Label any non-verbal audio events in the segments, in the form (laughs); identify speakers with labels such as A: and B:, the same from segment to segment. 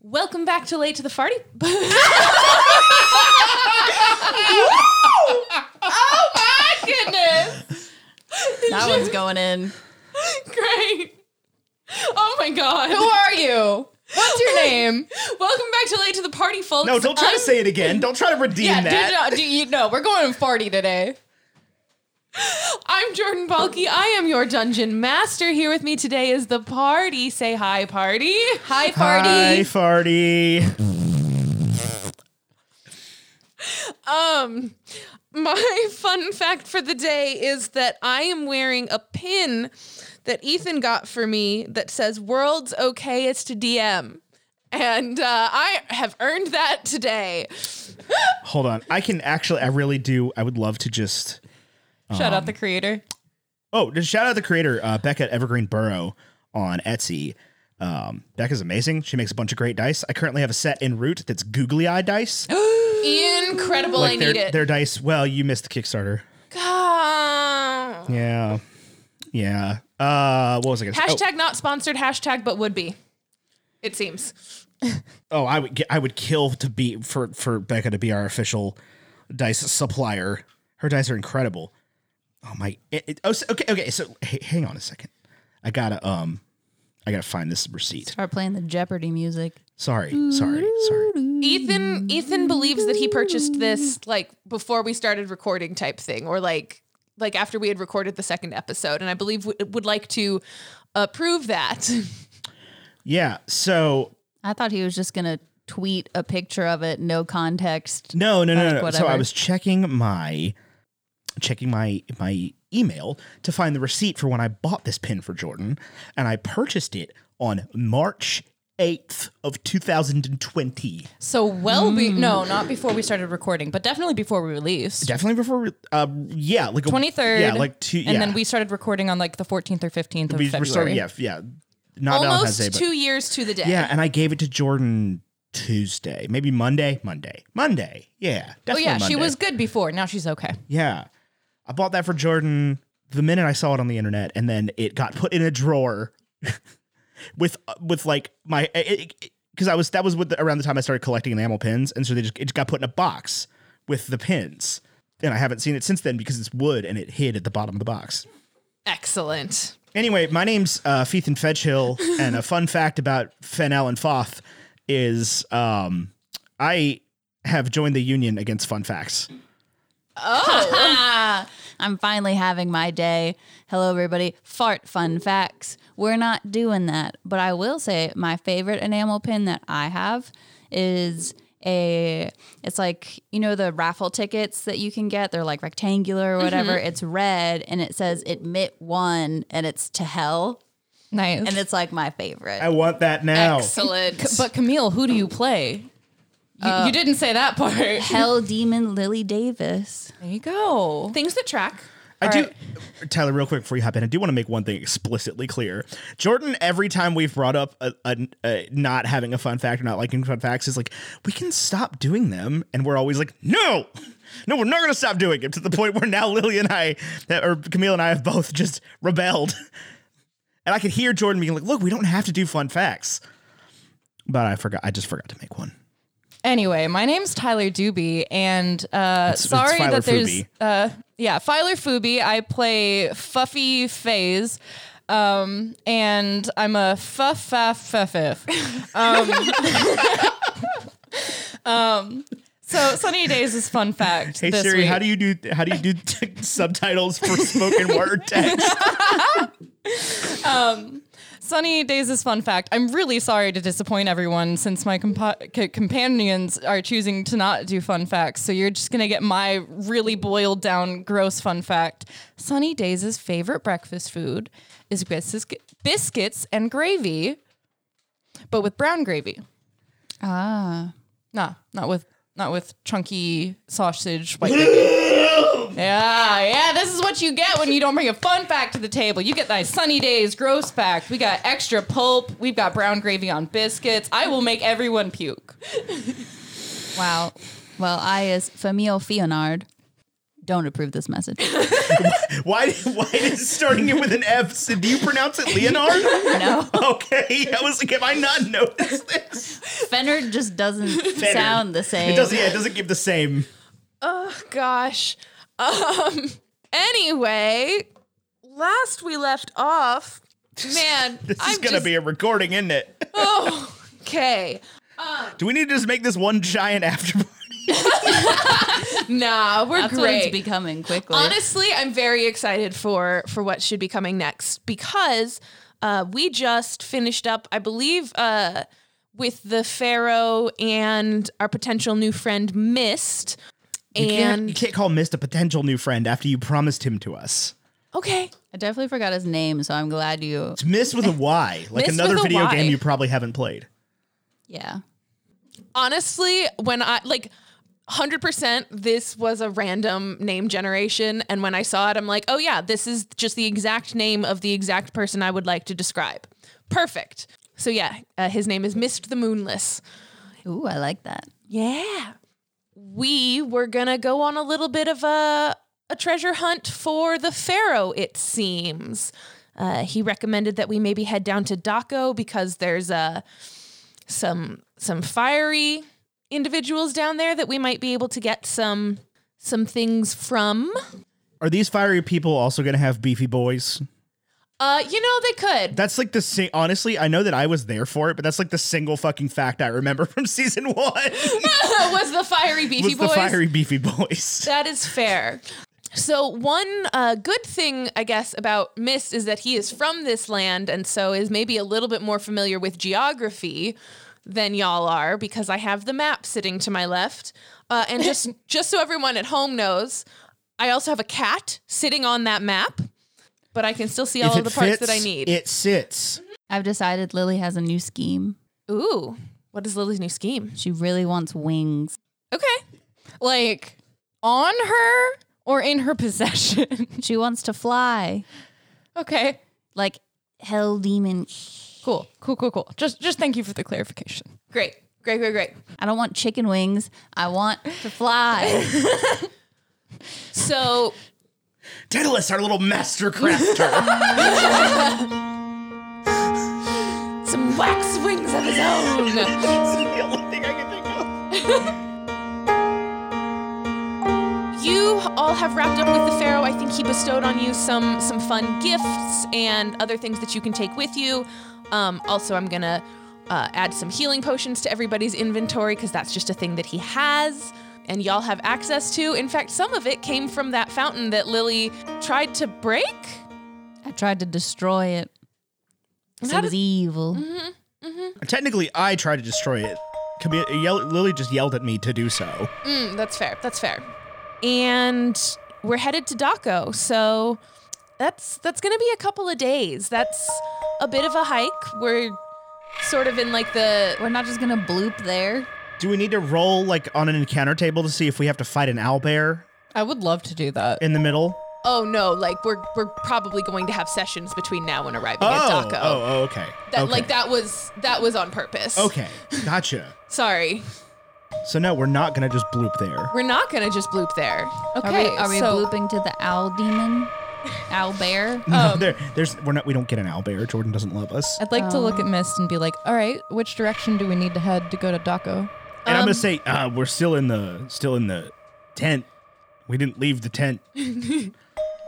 A: Welcome back to Late to the Party. (laughs) Oh my goodness!
B: That one's going in.
A: Great. Oh my god.
B: Who are you? What's
A: (laughs)
B: your name?
A: Welcome back to Late to the Party, folks.
C: No, don't try
A: I'm-
C: to say it again. Don't
A: (laughs)
C: try to redeem
B: Yeah,
C: that.
B: do, do, do you know we're going farty today?
A: I'm Jordan Balky. I am your dungeon master. Here with me today is the party. Say hi, party.
B: Hi,
C: Hi,
B: farty.
C: farty.
A: Um, my (laughs) fun fact for the day is that I am wearing a pin that Ethan got for me that says "World's okayest DM," and uh, I have earned that today.
C: Hold on. I can actually, I really do. I would love to just.
B: Shout out the creator.
C: Oh, just shout out the creator, uh, Becca Evergreen Burrow on Etsy. Um, Becca's amazing. She makes a bunch of great dice. I currently have a set in route that's googly eye
A: (gasps)
C: dice.
A: Incredible! I
C: their,
A: need it.
C: their dice. Well, you missed the Kickstarter.
A: Ah.
C: Yeah. Yeah. Uh, what was I going to say? Oh.
A: Hashtag not sponsored. Hashtag but would be. It seems.
C: Oh, I would ki- I would kill to be for for Becca to be our official dice supplier. Her dice are incredible. Oh my! It, it- oh, so- okay, okay. So h- hang on a second. I gotta um, I gotta find this receipt.
B: Start playing the Jeopardy music.
C: Sorry, sorry, sorry.
A: Ethan Ethan believes that he purchased this like before we started recording type thing or like like after we had recorded the second episode and I believe w- would like to uh, prove that.
C: Yeah. So
B: I thought he was just gonna tweet a picture of it, no context.
C: no, no, no,
B: Like,
C: no. no. So
B: whatever.
C: I was checking my checking my my email to find the receipt for when I bought this pin for Jordan, and I purchased it on March eighth of two thousand and twenty.
D: (laughs) So well, be-
C: Hmm.
D: no, not before we started recording, but definitely before we released.
C: Definitely before, we- uh, yeah, like a-
D: Twenty third,
C: yeah, like two, yeah.
D: and then we started recording on like the fourteenth or fifteenth of
C: we
D: February.
C: were starting, yeah, yeah, not Valentine's Day,
A: Almost
C: but
A: 2 years to the day.
C: yeah, and I gave it to Jordan Tuesday, maybe Monday, Monday, Monday, yeah,
D: Oh
C: definitely
D: yeah, she
C: Monday.
D: was good before. Now she's okay.
C: yeah. I bought that for Jordan the minute I saw it on the internet, and then it got put in a drawer (laughs) with uh, with like my because I was that was with the, around the time I started collecting enamel pins, and so they just it got put in a box with the pins, and I haven't seen it since then because it's wood and it hid at the bottom of the box.
A: Excellent.
C: Anyway, my name's uh, Fethan Fetchhill, and a fun fact about Fennel and Foth is um, I have joined the union against fun facts.
B: I'm finally having my day. Hello, everybody. Fart fun facts. We're not doing that, but I will say my favorite enamel pin that I have is a. It's like you know the raffle tickets that you can get. They're like rectangular or whatever. It's red and it says admit one and it's to hell
D: Nice.
B: and it's like my favorite.
C: I want that now.
A: Excellent.
D: but Camille, who do you play? You, you didn't say that part. There
B: hell demon Lily Davis.
D: you go.
A: Things that track.
C: I do, Tyler, real quick before you hop in, I do want to make one thing explicitly clear. Jordan, every time we've brought up a, a, a not having a fun fact or not liking fun facts, is like, we can stop doing them. And we're always like, no, no, we're not going to stop doing it to the point where now Lily and I, or Camille and I have both just rebelled. And I could hear Jordan being like, look, we don't have to do fun facts. But I forgot, I just forgot to make one.
D: Anyway, my name's Tyler Doobie, and uh,
C: it's
D: sorry
C: Filer
D: that there's
C: Fooby.
D: uh, yeah, Filer Fooby. I play Fuffy Faze, um, and I'm a Um, fuff fuff fuff. (laughs) um, So Sunny Days is fun fact.
C: Hey
D: this
C: Siri,
D: week.
C: how do you do how do you do subtitles for spoken word text?
D: Sunny Days is fun fact. I'm really sorry to disappoint everyone since my compa- c- companions are choosing to not do fun facts. So you're just going to get my really boiled down gross fun fact. Sunny Days' favorite breakfast food is bis- biscuits and gravy, but with brown gravy.
B: Ah,
D: Nah, not with not with chunky sausage white gravy. yeah, Uh, yeah, this is what you get when you don't bring a fun fact to the table. You get nice sunny days, gross fact. We got extra pulp. We've got brown gravy on biscuits. I will make everyone puke.
B: wow. Well, I is Famille Fionard. oh, Don't approve this message.
C: Why? Why is starting it with an F? So do you pronounce it Leonard?
B: No.
C: Okay, I was like, have I not noticed this?
B: (laughs) Fenner just doesn't
C: Better.
B: sound the same.
C: It doesn't. Yeah, it doesn't give the same.
A: Oh gosh. Um anyway, last we left off, man,
C: (laughs) This
A: I'm
C: is gonna
A: just-
C: be a recording, isn't it?
A: Oh, okay.
C: Do we need to just make this one giant after? party?
A: Nah, we're
B: That's what
A: great.
B: it's becoming quickly.
A: Honestly, I'm very excited for for what should be coming next because uh, we just finished up, I believe, uh, with the Pharaoh and our potential new friend Mist.
C: You can't, you
D: e-
A: And
C: can't call Mist a potential new friend after you promised him to us.
A: okay,
B: I definitely forgot his name, so I'm glad you.
C: It's Mist with a Y, like
A: Mist
C: another
A: with a
C: video
A: Y.
C: game you probably haven't played.
B: Yeah.
A: honestly, when I like 100% this was a random name generation and when I saw it I'm like, "Oh yeah, this is just the exact name of the exact person I would like to describe." Perfect. So yeah, uh, his name is Mist the Moonless.
B: Ooh, I like that.
A: Yeah. We were going to go on a little bit of a a treasure hunt for the pharaoh it seems. Uh, he recommended that we maybe head down to Daco because there's uh, some some fiery individuals down there that we might be able to get some some things from.
C: Are these fiery people also gonna have beefy boys?
A: Uh, you know they could.
C: That's like the sing- honestly, I know that I was there for it, but that's like the single fucking fact I remember (laughs) from season one.
A: (laughs) was the fiery beefy
C: was the
A: boys?
C: fiery beefy boys?
A: That is fair. So one uh, good thing, I guess, about Mist is that he is from this land, and so is maybe a little bit more familiar with geography than y'all are, because I have the map sitting to my left. Uh, and
C: (laughs)
A: just just so everyone at home knows, I also have a cat sitting on that map, but I can still see all
C: If
A: of the
C: it
A: parts
C: fits,
A: that I need.
C: It sits.
B: I've decided Lily has a new scheme.
A: Ooh, what is Lily's new scheme?
B: She really wants wings.
A: Okay,
D: Like on her or in her
A: (laughs)
D: possession.
B: She wants to fly
D: okay.
B: like hell demon.
D: Cool. Cool, cool, cool. Just just thank you for the clarification.
A: great, great, great, great.
B: I don't want chicken wings. I want to (laughs) fly.
A: So
C: Daedalus, our little master (laughs) crafter.
A: some wax wings of his own.
C: That's the only thing I can think of.
A: You all have wrapped up with the Pharaoh. I think he bestowed on you some some fun gifts and other things that you can take with you. Um, also, I'm gonna uh, add some healing potions to everybody's inventory because that's just a thing that he has, and y'all have access to. In fact, some of it came from that fountain that Lily tried to break.
B: I tried to destroy it. So
A: How
B: it was evil.
C: Technically, I tried to destroy it. Camille, yell, Lily just yelled at me to do so.
A: Mm, that's fair. That's fair. And we're headed to Daco, so that's that's gonna be a couple of days. That's a bit of a hike. We're sort of in like the
B: We're not just gonna bloop there.
C: Do we need to roll like on an encounter table to see if we have to fight an owl bear
D: I would love to do that.
C: in the middle?
A: oh no, like we're we're probably going to have sessions between now and arriving
C: Oh,
A: at Daco.
C: oh, oh, okay.
A: That
C: okay.
A: like that was that was on purpose.
C: Okay, gotcha.
A: Sorry,
C: So no, we're not gonna just bloop there.
A: we're not gonna just bloop there.
D: Okay,
B: are we, are
D: so-
B: we blooping to the owl demon? Owl bear?
A: Um,
C: No, (laughs) there, there's we're not we don't get an owl bear. Jordan doesn't love us.
D: I'd like to look at Mist and be like, all right, which direction do we need to head to go to Daco?
C: And I'm gonna say uh, we're still in the still in the tent. We didn't leave the tent. we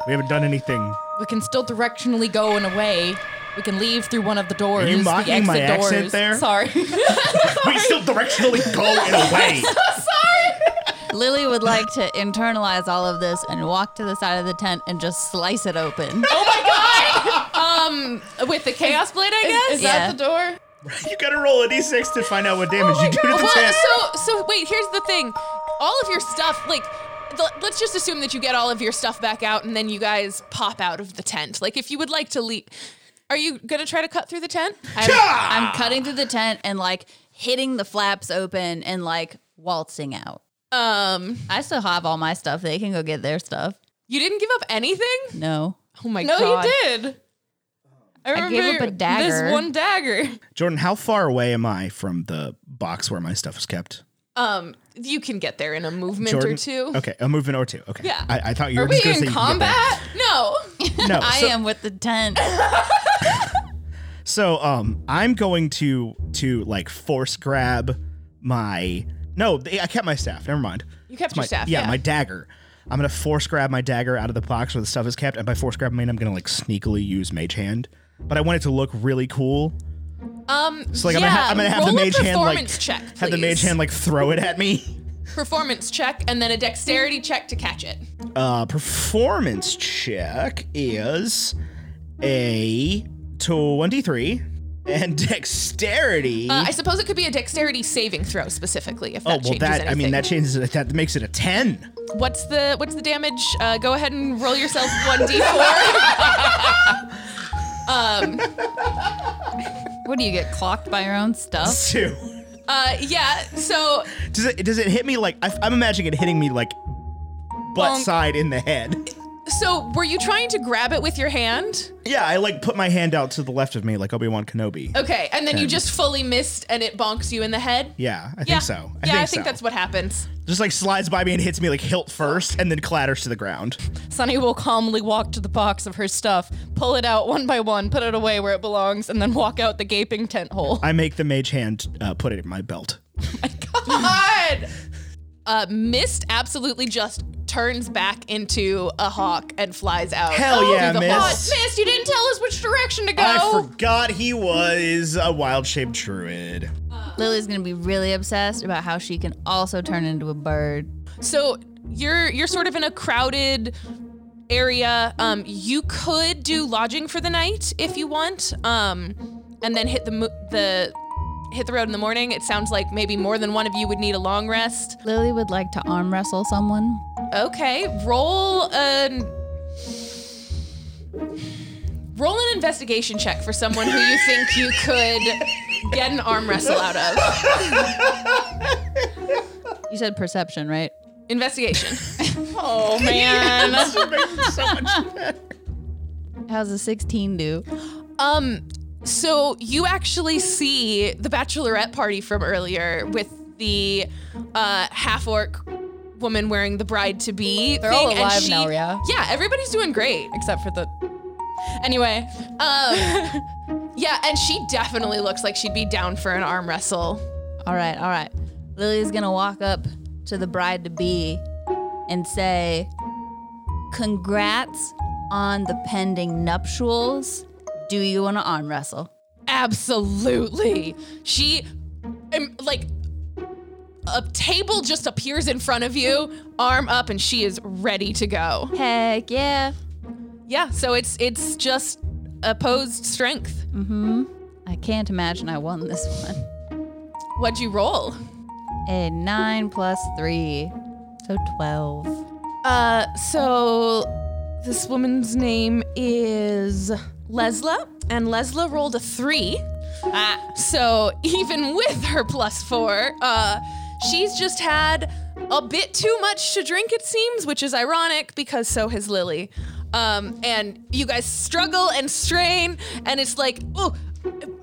C: haven't done anything.
D: We can still directionally go in a way. We can leave through one of the doors.
C: Are you
D: the
C: mocking my
D: exit
C: accent
D: doors.
C: there?
A: (laughs)
D: Sorry.
C: We still directionally go in a way.
B: Lily would like to internalize all of this and walk to the side of the tent and just slice it (laughs) open.
A: Um, with the chaos blade, I guess.
D: Is that (laughs)
B: Yeah.
D: the door?
C: you gotta roll a d6 to find out what damage you do to the
A: Well,
C: tent.
A: so so wait. Here's the thing: all of your stuff, like, the, let's just assume that you get all of your stuff back out, and then you guys pop out of the tent. Like, if you would like to leave, are you gonna try to cut through the tent?
B: I'm, I'm cutting through the tent and like hitting the flaps open and like waltzing out.
A: Um,
B: I still have all my stuff. They can go get their stuff.
A: you didn't give up anything.
B: No.
A: Oh my
D: No,
A: god!
D: you did. I remember
B: gave up a dagger.
D: This one dagger.
C: Jordan, how far away am I from the box where my stuff is kept?
A: Um, you can get there in a movement
C: Jordan,
A: or two.
C: Okay, a movement or two. Okay.
A: Yeah.
C: I, I thought you
D: Are
C: were just
D: we
C: going to say
D: in
C: you can get
D: combat?
A: No.
C: (laughs) there. No,
B: I
C: so,
B: am with the tent.
C: So um, I'm going to to like force grab my no, th- I kept my staff. Never mind.
A: You kept
C: It's my,
A: your staff, yeah.
C: my dagger. I'm gonna force grab my dagger out of the box where the stuff is kept, and by force grab I mean I'm gonna like sneakily use mage hand. But I want it to look really cool.
A: Um.
C: So like
A: yeah,
C: I'm, gonna ha- I'm gonna have
A: roll
C: the
A: a
C: mage hand like
A: performance check.
C: have the
A: please.
C: mage hand like throw it at me. (laughs)
A: performance check and then a dexterity check to catch it.
C: Uh, performance check is a twenty-three, and (laughs) dexterity.
A: Uh, I suppose it could be a dexterity saving throw specifically if that
C: Oh well,
A: changes
C: that
A: anything.
C: I mean that changes it. That makes it a ten.
A: What's the what's the damage? Uh, go ahead and roll yourself (laughs) one d4.
B: (coughs) what do you get clocked by your own stuff?
C: Two.
A: Uh, yeah. So
C: Does it does it hit me like I, I'm imagining it hitting me like butt
D: Bonk.
C: side in the head?
A: so were you trying to grab it with your hand?
C: Yeah, I like put my hand out to the left of me like Obi Wan Kenobi.
A: Okay, and then you
C: Okay.
A: just fully missed and it bonks you in the head.
C: Yeah, I
A: yeah.
C: think so. I
A: yeah,
C: think
A: I think
C: so.
A: that's what happens.
C: just like slides by me and hits me like hilt first, and then clatters to the ground.
D: Sunny will calmly walk to the box of her stuff, pull it out one by one, put it away where it belongs, and then walk out the gaping tent hole.
C: I make the mage hand uh, put it in my belt.
A: God. Uh, Mist absolutely just turns back into a hawk and flies out. Oh,
C: Hell
A: through
C: yeah,
A: the
C: Mist.
A: hall. Mist, you didn't tell us which direction to go.
C: I forgot he was a wild shaped
A: (laughs)
C: druid.
B: Lily's gonna be really obsessed about how she can also turn into a bird.
A: So you're you're sort of in a crowded area. Um, you could do lodging for the night if you want, um, and then hit the mo- the hit the road in the morning. It sounds like maybe more than one of you would need a long rest.
B: Lily would like to arm wrestle someone.
A: Okay, roll an roll an investigation check for someone who you think you could get an arm wrestle out of.
B: You said perception, right?
A: Investigation.
D: (laughs) Oh man.
B: How's a 16 do?
A: Um, so you actually see the bachelorette party from earlier with the uh, half orc woman wearing the bride to be. They're
D: all alive now, yeah?
A: Yeah, everybody's doing great.
D: Except for the. Anyway,
A: Um, yeah, and she definitely looks like she'd be down for an arm wrestle.
B: All right, all right. Lily's gonna walk up to the bride to be and say, Congrats on the pending nuptials. Do you wanna arm wrestle?
A: Absolutely. She, um, like, a table just appears in front of you, arm up, and she is ready to go.
B: Heck yeah.
A: Yeah, so it's it's just opposed strength.
B: I can't imagine I won this one.
A: What'd you roll?
B: A 9 plus 3, so 12.
A: Uh, so this woman's name is Lesla, and Lesla rolled a three. So even with her plus four, uh, she's just had a bit too much to drink, it seems, which is ironic because so has Lily. Um, and you guys struggle and strain, and it's like, oh,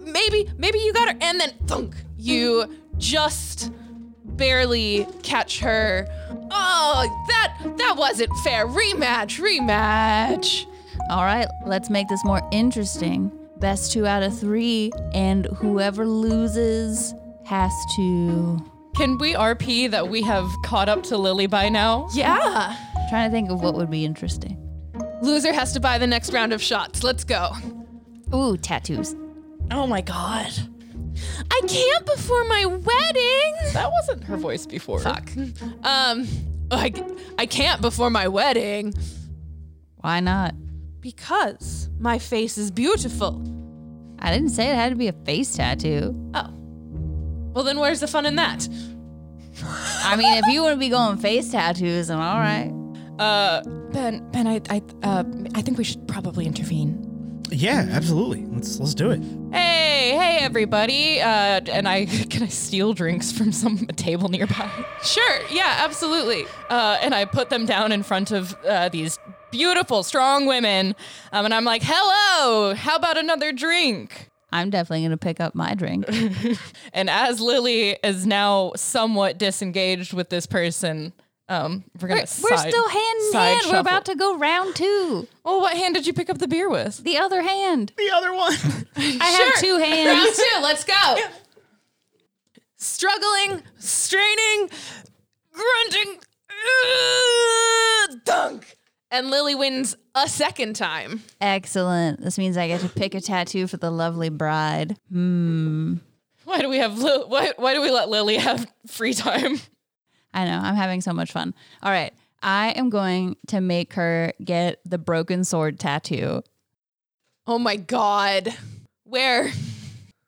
A: maybe, maybe you got her. And then thunk, you just barely catch her. Oh, that that wasn't fair. Rematch, rematch.
B: All right, let's make this more interesting. Best two out of three, and whoever loses has to.
D: can we RP that we have caught up to Lily by now?
A: Yeah.
B: trying to think of what would be interesting.
A: Loser has to buy the next round of shots. Let's go.
B: Ooh, tattoos.
D: Oh my god.
A: I can't before my wedding.
D: That wasn't her voice before.
A: Fuck. Um, I, I can't before my wedding
B: Why not?
A: because my face is beautiful.
B: I didn't say it had to be a face tattoo.
A: Oh. Well, then where's the fun in that?
B: I mean, if you want to be going face tattoos, then all right.
D: Uh, Ben, Ben, I, I, uh, I think we should probably intervene.
C: Yeah, absolutely. Let's let's do it.
D: Hey, hey, everybody. Uh, and I (laughs) can I steal drinks from some (laughs) table nearby.
A: Sure. Yeah, absolutely.
D: uh, and I put them down in front of uh, these beautiful, strong women. Um, and I'm like, hello, how about another drink?
B: I'm definitely going to pick up my
D: (laughs)
B: drink.
D: And as Lily is now somewhat disengaged with this person, um, we're gonna.
B: We're
D: side-
B: still hand in
D: side
B: hand. We're
D: shuffle.
B: about to go round two.
D: Well, what hand did you pick up the beer with?
B: The other hand.
C: The other one.
A: (laughs)
B: I have
D: (laughs)
B: two hands.
A: Round two, let's go. Struggling, straining, grunting, uh, dunk. And Lily wins a second time.
B: Excellent. This means I get to pick a tattoo for the lovely bride.
D: Why do we have? Lil- why, why do we let Lily have free time?
B: I know. I'm having so much fun. All right. I am going to make her get the broken sword tattoo.
A: Oh my God. Where?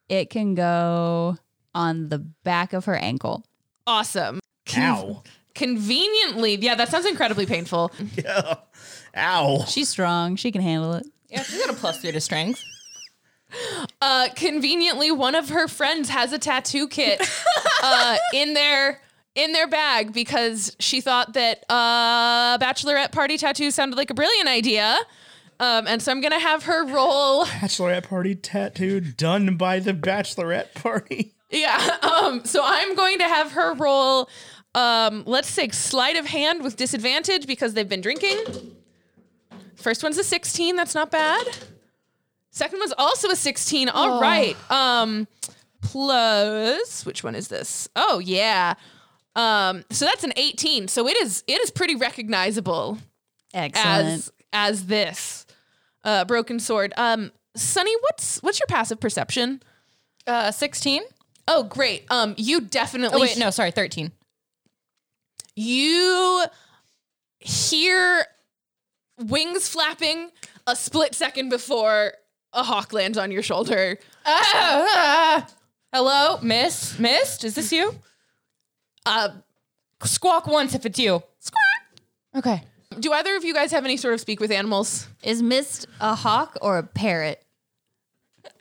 B: It can go on the back of her ankle.
A: Awesome.
C: Ow.
A: Conveniently, yeah, that sounds incredibly painful.
C: Yeah. Ow.
B: She's strong. She can handle it.
D: Yeah, you got a plus three to strength.
A: Uh, conveniently, one of her friends has a tattoo kit uh, in their in their bag because she thought that uh, bachelorette party tattoo sounded like a brilliant idea. Um, and so I'm gonna have her roll.
C: Bachelorette party tattoo done by the bachelorette party.
A: Yeah. (laughs) Um, so I'm going to have her roll. Um, let's say sleight of hand with disadvantage because they've been drinking. First one's a 16. That's not bad. Second one's also a 16. All right. Um, plus, which one is this? Oh yeah. Um, so that's an 18. So it is it is pretty recognizable
B: Excellent.
A: as as this uh, broken sword. Um, Sonny, what's what's your passive perception?
D: Uh, sixteen.
A: Oh, great. Um, you definitely.
D: Oh wait, no, sorry, thirteen.
A: You hear wings flapping a split second before a hawk lands on your shoulder.
D: Ah, ah. (laughs) hello, Miss. Mist, is this you?
A: Uh,
D: Squawk once if it's you. Squawk. Okay.
A: do either of you guys have any sort of speak with animals?
B: Is Mist a hawk or a parrot?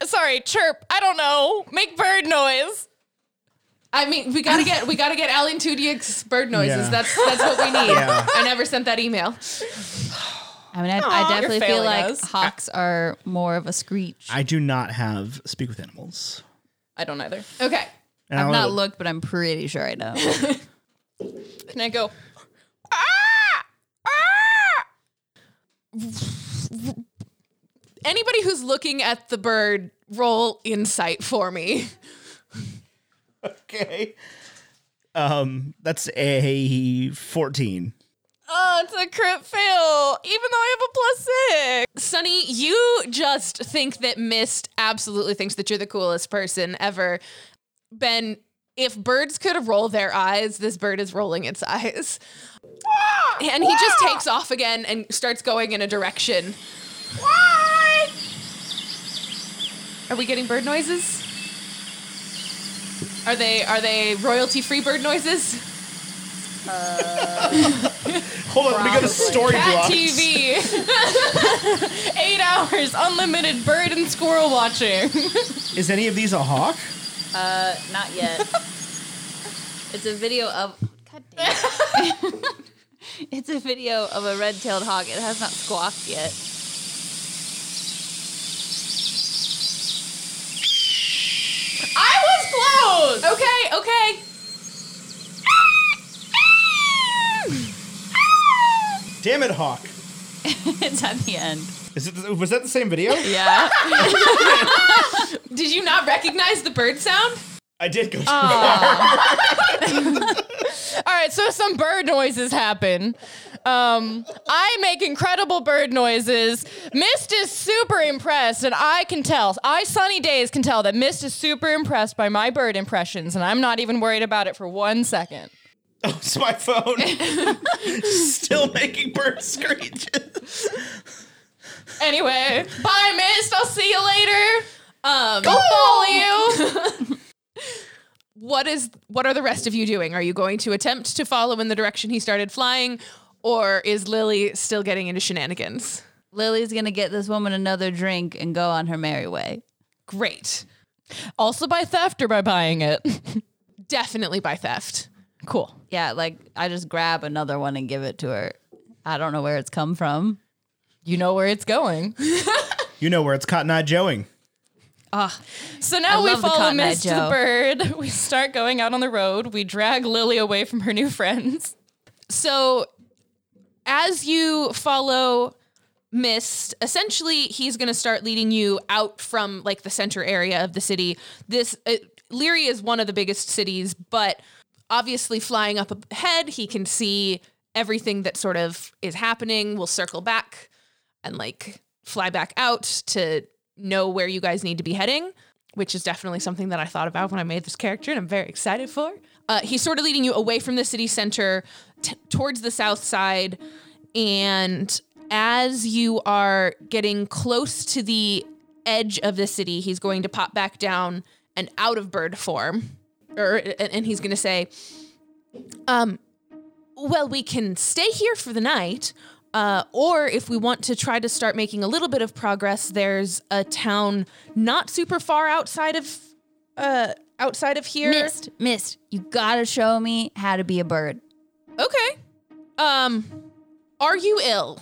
D: Sorry, chirp. I don't know. Make bird noise.
A: I mean, we gotta get we gotta get Alan Tudyak's bird noises.
C: Yeah.
A: That's that's what we need.
C: Yeah.
A: I never sent that email.
B: I mean, I, I definitely
D: you're
B: feel
D: failing
B: like
D: us.
B: hawks are more of a screech.
C: I do not have speak with animals.
D: I don't either.
A: Okay.
C: And I
B: I've
C: don't
B: not
C: know-
B: looked, but I'm pretty sure I know.
D: Can I go?
A: Anybody who's looking at the bird, roll insight for me.
C: Okay. Um, that's a fourteen.
D: Oh, it's a crit fail, even though I have a plus six.
A: Sonny, you just think that Mist absolutely thinks that you're the coolest person ever. Ben, if birds could roll their eyes, this bird is rolling its eyes. And he just takes off again and starts going in a direction. Are we getting bird noises? Are they are they royalty free bird noises? (laughs)
C: Hold on, let me go to
D: Cat
C: storyblocks.
D: TV. Eight hours, unlimited bird and squirrel watching.
C: Is any of these a hawk?
B: (laughs) Not yet. it's a video of. God damn it. (laughs) it's a video of a red tailed hawk. It has not squawked yet.
A: I was close. Okay, okay.
C: Damn it, hawk!
B: it's at the end.
C: Is it? Was that the same video?
B: Yeah.
A: Did you not recognize the bird sound?
C: I did go. To
B: Uh.
D: All right, so some bird noises happen. Um, I make incredible bird noises. Mist is super impressed, and I can tell. I, Sunny Days, can tell that Mist is super impressed by my bird impressions, and I'm not even worried about it for one second.
C: Oh, it's (laughs) my phone.
B: (laughs)
C: Still making bird screeches.
D: Anyway, bye, Mist. I'll see you later.
A: Um,
D: I'll follow you. (laughs)
A: what is what are the rest of you doing? Are you going to attempt to follow in the direction he started flying, or is Lily still getting into shenanigans?
B: Lily's going to get this woman another drink and go on her merry way.
A: Great,
D: Also by theft or by buying it. (laughs)
A: definitely by theft.
D: cool.
B: Yeah, like I just grab another one and give it to her. I don't know where it's come from.
D: You know where it's going.
C: You know where it's Cotton Eye Joeing.
B: Ah,
D: So now
B: I
D: we
B: love the
D: follow
B: Cotton Eye
D: Miss the
B: Joe.
D: Bird. (laughs) We start going out on the road. We drag Lily away from her new friends.
A: So, as you follow Mist, essentially he's going to start leading you out from like the center area of the city. This uh, Leary is one of the biggest cities, but obviously flying up ahead, he can see everything that sort of is happening. We'll circle back and like fly back out to know where you guys need to be heading, which is definitely something that I thought about when I made this character and I'm very excited for. Uh, he's sort of leading you away from the city center t- towards the south side. And as you are getting close to the edge of the city, he's going to pop back down and out of bird form. Or, and- and he's going to say, um, well, we can stay here for the night, uh, or if we want to try to start making a little bit of progress, there's a town not super far outside of uh, outside of here.
B: missed, missed. You gotta show me how to be a bird.
A: Okay. Um, are you ill?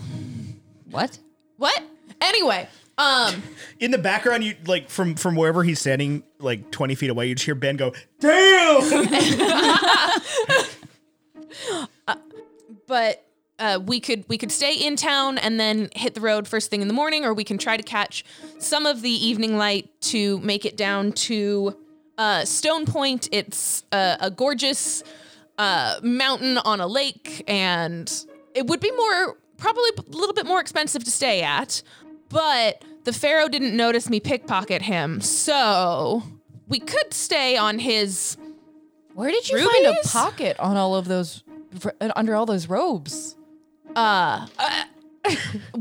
B: What?
A: What? Anyway, um,
C: In the background, you like from from wherever he's standing, like twenty feet away, you just hear Ben go, "Damn!"
A: but uh, we could we could stay in town and then hit the road first thing in the morning, or we can try to catch some of the evening light to make it down to uh, Stone Point. It's uh, a gorgeous uh, mountain on a lake, and it would be more probably a little bit more expensive to stay at, but the pharaoh didn't notice me pickpocket him, so we could stay on his
D: Where did you
A: find a
D: pocket on all of those, under all those robes?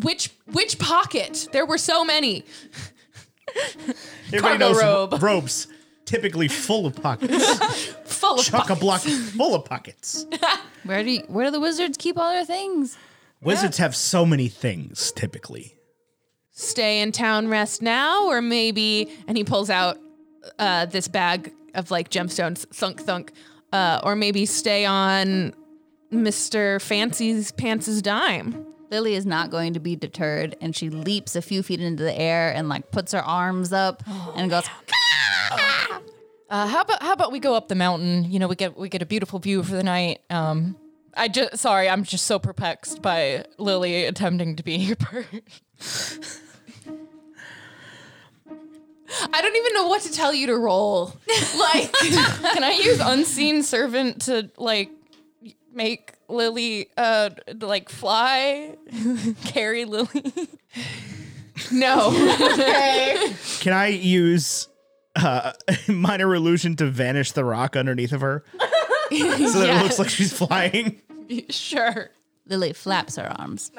A: which which pocket? There were so many.
C: Everybody
D: Cargo
C: knows
D: robe.
C: robes typically full of
D: (laughs)
C: pockets,
A: Full of
C: chock a block full of pockets.
B: Where do you, where do the wizards keep all their things?
C: Wizards have so many things typically.
A: stay in town rest now or maybe and he pulls out uh, this bag of like gemstones thunk thunk uh, or maybe stay on mr fancy's pants' dime
B: Lily is not going to be deterred, and she leaps a few feet into the air and like puts her arms up and goes.
D: Uh, how about how about we go up the mountain? You know, we get we get a beautiful view for the night. Um, I just sorry, I'm just so perplexed by Lily attempting to be a bird.
A: i don't even know what to tell you to roll
D: (laughs)
A: like
D: Can I use unseen servant to like make Lily uh like fly, (laughs) carry Lily? (laughs)
A: no
C: Can I use uh, (laughs) minor illusion to vanish the rock underneath
D: (laughs)
C: of her, so that it looks like she's flying?
A: sure
B: Lily flaps her arms.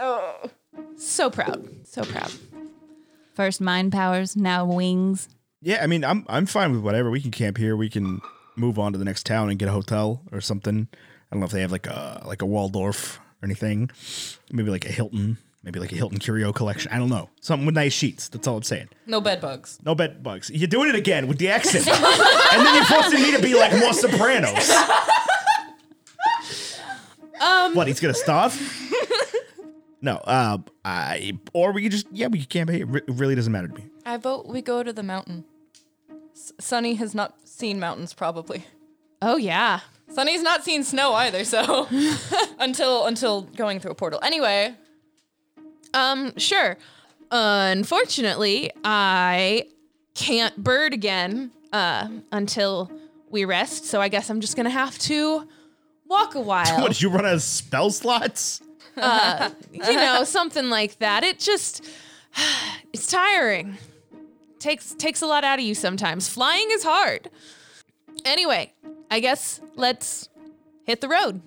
A: so proud so proud
B: First mind powers, now wings.
C: Yeah, I mean, I'm I'm fine with whatever. We can camp here. We can move on to the next town and get a hotel or something. I don't know if they have like a like a Waldorf or anything. Maybe like a Hilton. Maybe like a Hilton Curio collection. I don't know. Something with nice sheets. That's all I'm saying.
D: No bed bugs.
C: No bed bugs. You're doing it again with the accent, and then you're forcing me to be like more Sopranos. Um, what he's gonna starve? no. Uh, I or we could just yeah we could camp here. It really doesn't matter to me.
D: I vote we go to the mountain. S- Sunny has not seen mountains probably.
A: oh yeah
D: Sunny's not seen snow either, so (laughs) until until going through a portal. Anyway,
A: Um, sure. Unfortunately, I can't bird again uh, until we rest, so I guess I'm just gonna have to walk a
C: (laughs)
A: while.
C: What did you run out of spell slots?
A: you know, something like that. It just (sighs) it's tiring. Takes takes a lot out of you sometimes. Flying is hard. Anyway, I guess let's hit the road.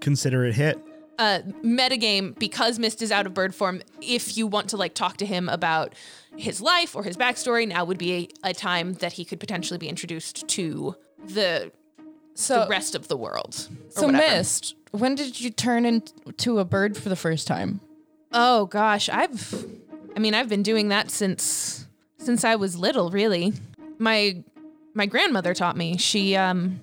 C: Consider it hit.
A: uh, metagame because Mist is out of bird form. If you want to like talk to him about his life or his backstory, now would be a, a time that he could potentially be introduced to the
D: so
A: the rest of the world. or
D: so
A: whatever.
D: missed. When did you turn into a bird for the first time?
A: Oh gosh, I've I mean, I've been doing that since since I was little, really. My my grandmother taught me. She um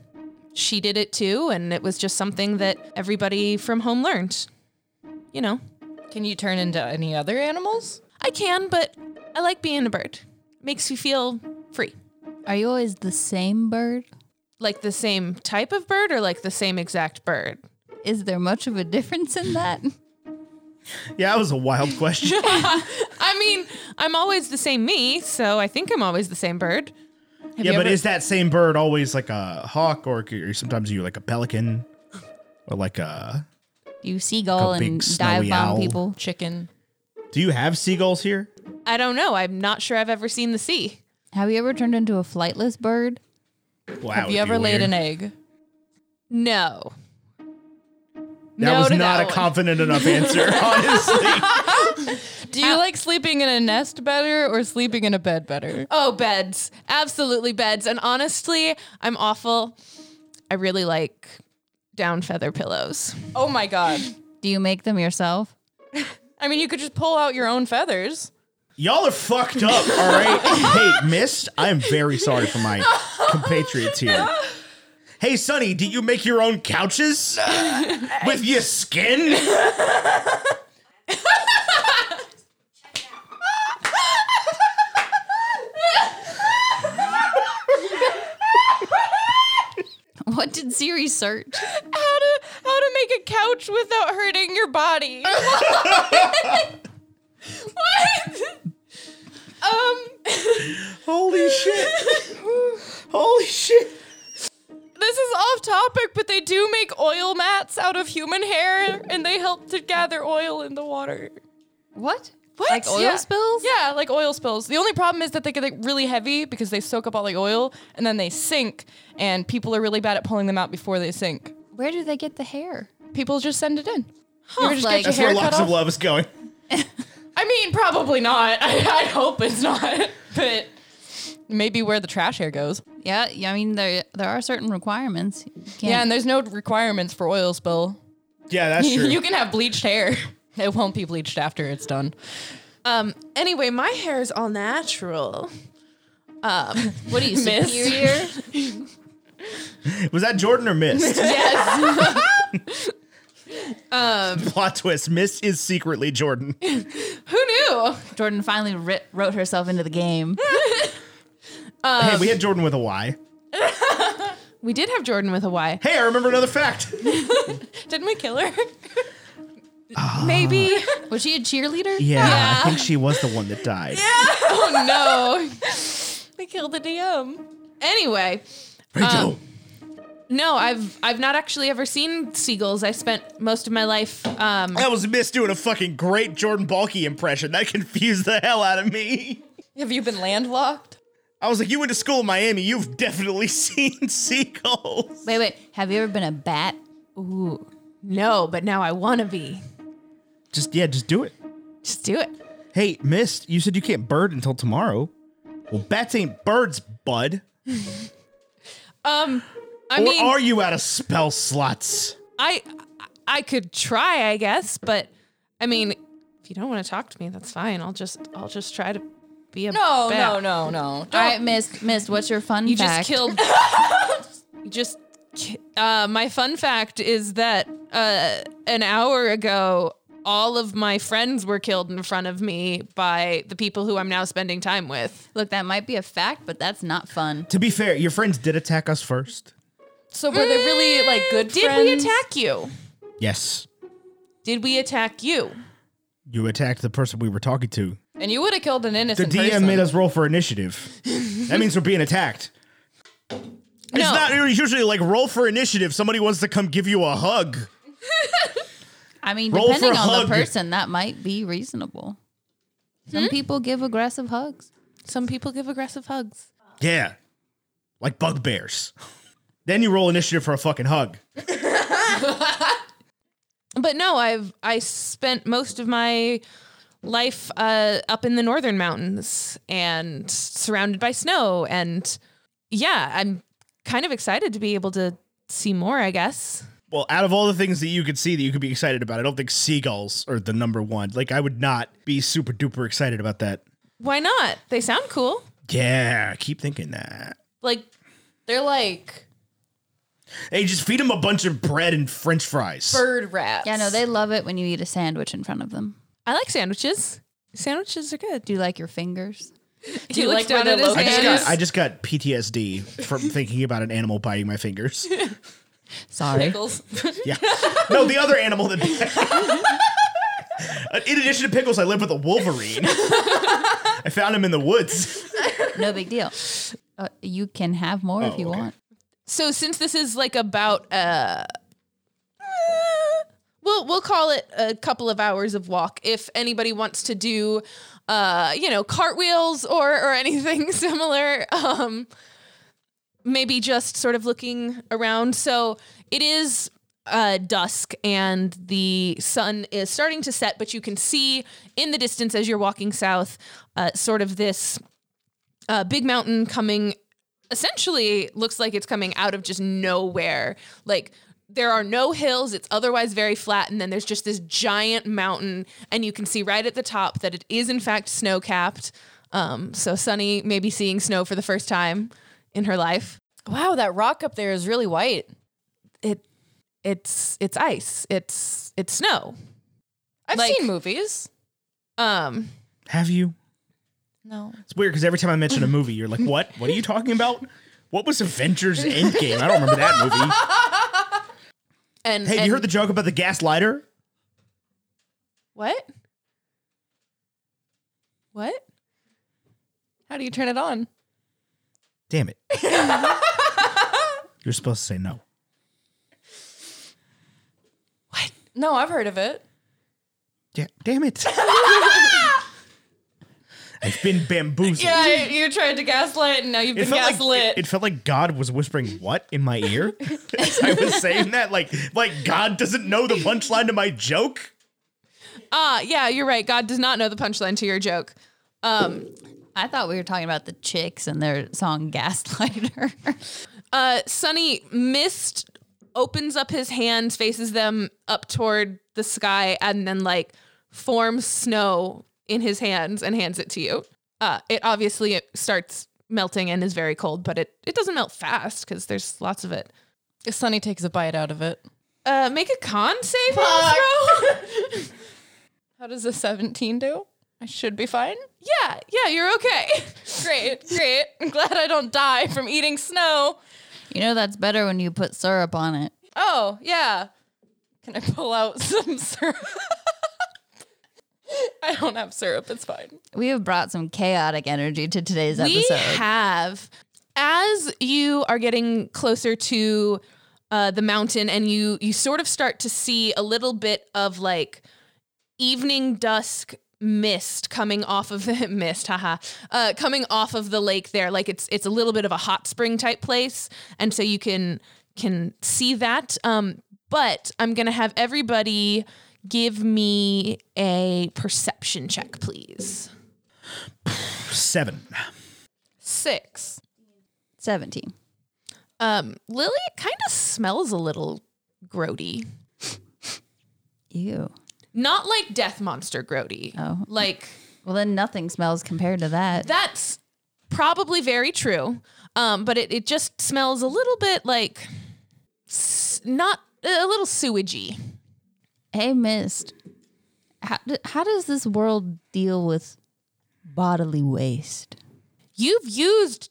A: she did it too and it was just something that everybody from home learned. You know,
D: Can you turn into any other animals?
A: I can, but I like being a bird. Makes you feel free.
B: Are you always the same bird?
A: Like the same type of bird or like the same exact bird?
B: Is there much of a difference in that? (laughs)
C: Yeah, that was a wild question.
D: (laughs)
A: I mean, I'm always the same me, so I think I'm always the same bird.
C: yeah, but is that same bird always like a hawk, or, c- or sometimes you like a pelican, or like uh, a?
B: You seagull
C: Like a big
B: and dive
C: snowy
B: bomb
C: owl.
B: people.
D: Chicken.
C: Do you have seagulls here?
A: I don't know. I'm not sure I've ever seen the sea.
B: Have you ever turned into a flightless bird?
C: Wow,
D: Have you ever laid an egg?
A: No.
C: That was
A: to
C: not
A: that
C: a
A: one.
C: confident enough answer, honestly.
D: Do you like sleeping in a nest better or sleeping in a bed better?
A: Oh, beds. Absolutely beds. And honestly, I'm awful. I really like down feather pillows.
D: Oh my god.
B: Do you make them yourself? (laughs)
D: I mean, you could just pull out your own feathers.
C: Y'all are fucked up, all right? hey, Mist, I'm very sorry for my compatriots here. Hey, Sonny, do you make your own couches with your skin?
B: What did Siri search?
D: How to how to make a couch without hurting your body. Um,
C: Holy shit! Holy shit!
D: This is off topic, but they do make oil mats out of human hair and they help to gather oil in the water.
B: What?
D: What?
B: Like oil
D: Yeah.
B: spills?
D: Yeah, like oil spills. The only problem is that they get like really heavy because they soak up all the oil and then they sink and people are really bad at pulling them out before they sink.
B: Where do they get the hair?
D: People just send it in. You ever just
B: Like-
D: get
C: That's
D: your
C: where
D: hair
C: lots
D: cut
C: of
D: off?
C: love is going.
D: I mean, probably not. (laughs) I, I hope it's not. (laughs) But maybe where the trash hair goes.
B: Yeah, yeah, I mean there there are certain requirements. You can't-
D: Yeah, and there's no requirements for oil spill. (laughs)
C: Yeah, that's true.
D: you can have bleached hair. (laughs) It won't be bleached after it's done.
A: Um, anyway, my hair is all natural. Um,
D: (laughs)
B: what are
A: (laughs)
B: you
D: Miss.
B: superior?
C: Was that Jordan or Mist?
A: Yes.
C: Plot twist: Mist is secretly Jordan.
A: Who knew?
B: Jordan finally writ- wrote herself into the (laughs) game.
C: hey, we had Jordan with a Y.
A: We did have Jordan with a Y.
C: Hey, I remember another fact.
D: Didn't we kill her?
A: (laughs)
D: Ah.
A: Maybe.
B: Was she a cheerleader?
D: (laughs)
C: Yeah, I think she was the one that died.
A: oh (laughs) no.
D: We killed the DM.
A: Anyway, Um,
C: Rachel.
A: no, I've I've not actually ever seen seagulls. I spent most of my life um
C: That was Miss doing a fucking great Jordan Balky impression. That confused the hell out of me.
D: Have you been landlocked?
C: I was like, you went to school in Miami. You've definitely (laughs) seen seagulls.
B: Wait, wait. Have you ever been a bat? Ooh.
A: no, but now I want to be.
C: Just, yeah, just do it.
A: Just do it.
C: Hey, Miss, you said you can't bird until tomorrow. Well, bats ain't birds, bud.
A: Um I
C: or
A: mean
C: are you out of spell slots?
A: I I could try, I guess, but I mean, if you don't want to talk to me, that's fine. I'll just I'll just try to be a
D: No,
A: bat.
D: no, no, no.
B: All right, Miss. Miss, what's your fun
A: You
B: fact?
A: just killed. (laughs) you just. ki- Uh, my fun fact is that uh, an hour ago, all of my friends were killed in front of me by the people who I'm now spending time with.
B: Look, that might be a fact, but that's not fun.
C: To be fair, your friends did attack us first.
D: So were they really like good
A: Did
D: friends?
A: we attack you?
C: Yes.
A: Did we attack you?
C: You attacked the person we were talking to.
D: And you would have killed an
C: The
D: innocent
C: DM
D: person.
C: made us roll for initiative. that means we're being attacked. It's
A: No.
C: not usually like roll for initiative. Somebody wants to come give you a hug.
B: I mean,
C: Roll for
B: depending on
C: hug.
B: the person, that might be reasonable. Some people give aggressive hugs.
A: Some people give aggressive hugs.
C: Yeah. Like bugbears. then you roll initiative for a fucking hug.
A: But no, I've I spent most of my life uh, up in the northern mountains and surrounded by snow. And yeah, I'm kind of excited to be able to see more. I guess.
C: Well, out of all the things that you could see that you could be excited about, I don't think seagulls are the number one. Like, I would not be super duper excited about that.
A: Why not? They sound cool.
C: Yeah, keep thinking that.
A: Like
D: They're like
C: Hey, just feed them a bunch of bread and french fries.
D: bird rats.
B: Yeah, no, they love it when you eat a sandwich in front of them.
A: I like sandwiches. Sandwiches are good.
B: Do you like your fingers?
E: Do you like
A: looked
E: where
A: down
E: the
A: at his
E: low
A: hands.
C: I
E: hand
C: just
E: is?
C: got, I just got PTSD from thinking about an animal biting my fingers.
B: Sorry.
E: Pickles.
C: Yeah. No, the other animal that. (laughs) in addition to pickles, I live with a wolverine. I found him in the woods.
B: No big (laughs) deal. Uh, you can have more if
C: Oh,
B: you
C: okay.
B: want.
A: So since this is like about uh we'll we'll call it a couple of hours of walk if anybody wants to do uh you know cartwheels or or anything (laughs) similar um maybe just sort of looking around so it is uh, dusk and the sun is starting to set but you can see in the distance as you're walking south uh, sort of this uh, big mountain coming essentially looks like it's coming out of just nowhere. Like there are no hills, it's otherwise very flat, and then there's just this giant mountain, and you can see right at the top that it is in fact snow capped. Um, so Sunny may be seeing snow for the first time in her life.
E: Wow, that rock up there is really white.
A: It it's it's ice. It's it's snow.
E: I've
A: Like-
E: seen movies.
A: Um
C: Have you?
E: No.
C: It's weird because every time I mention a movie, you're like, what? What are you talking about? What was Avengers Endgame? I don't remember that movie.
A: and,
C: Hey, have
A: and-
C: you heard the joke about the gas lighter?
A: what? What?
D: How do you turn it on?
C: Damn it. you're supposed to say no.
E: No, I've heard of it.
C: Da- damn it. I've been bamboozled.
D: Yeah, you tried to gaslight, and now you've
C: It
D: been
C: felt, like,
D: gaslit.
C: it, it felt like God was whispering what in my ear (laughs) as I was saying that. Like, like God doesn't know the punchline to my joke.
A: Ah, yeah, you're right. God does not know the punchline to your joke. Um
B: I thought we were talking about the chicks and their song Gaslighter. (laughs)
A: Uh, Sunny Mist opens up his hands, faces them up toward the sky, and then like forms snow in his hands and hands it to you. Uh, it obviously it starts melting and is very cold, but it, it doesn't melt fast because there's lots of it.
D: Sunny takes a bite out of it.
A: Uh, make a con save throw.
D: How does a 17 do? I should be fine.
A: yeah, yeah, you're okay.
D: Great, great. I'm glad I don't die from eating snow.
B: you know that's better when you put syrup on it.
D: Oh, yeah. Can I pull out (laughs) some syrup? I don't have syrup. It's fine.
B: We have brought some chaotic energy to today's
A: we
B: episode.
A: have as you are getting closer to uh, the mountain and you you sort of start to see a little bit of like evening dusk mist coming off of (laughs) the mist haha uh, coming off of the lake there like it's it's a little bit of a hot spring type place and so you can can see that um but i'm gonna have everybody give me a perception check please
C: Seven.
A: six
B: 17.
A: Um, Lily kind of smells a little grody.
B: Ew.
A: Not like death monster grody.
B: Oh.
A: Like
B: Well, then nothing smells compared to that.
A: that's probably very true. Um, but it, it just smells a little bit like s- not a little sewagey.
B: hey, Mist, how, d- how does this world deal with bodily waste?
A: You've used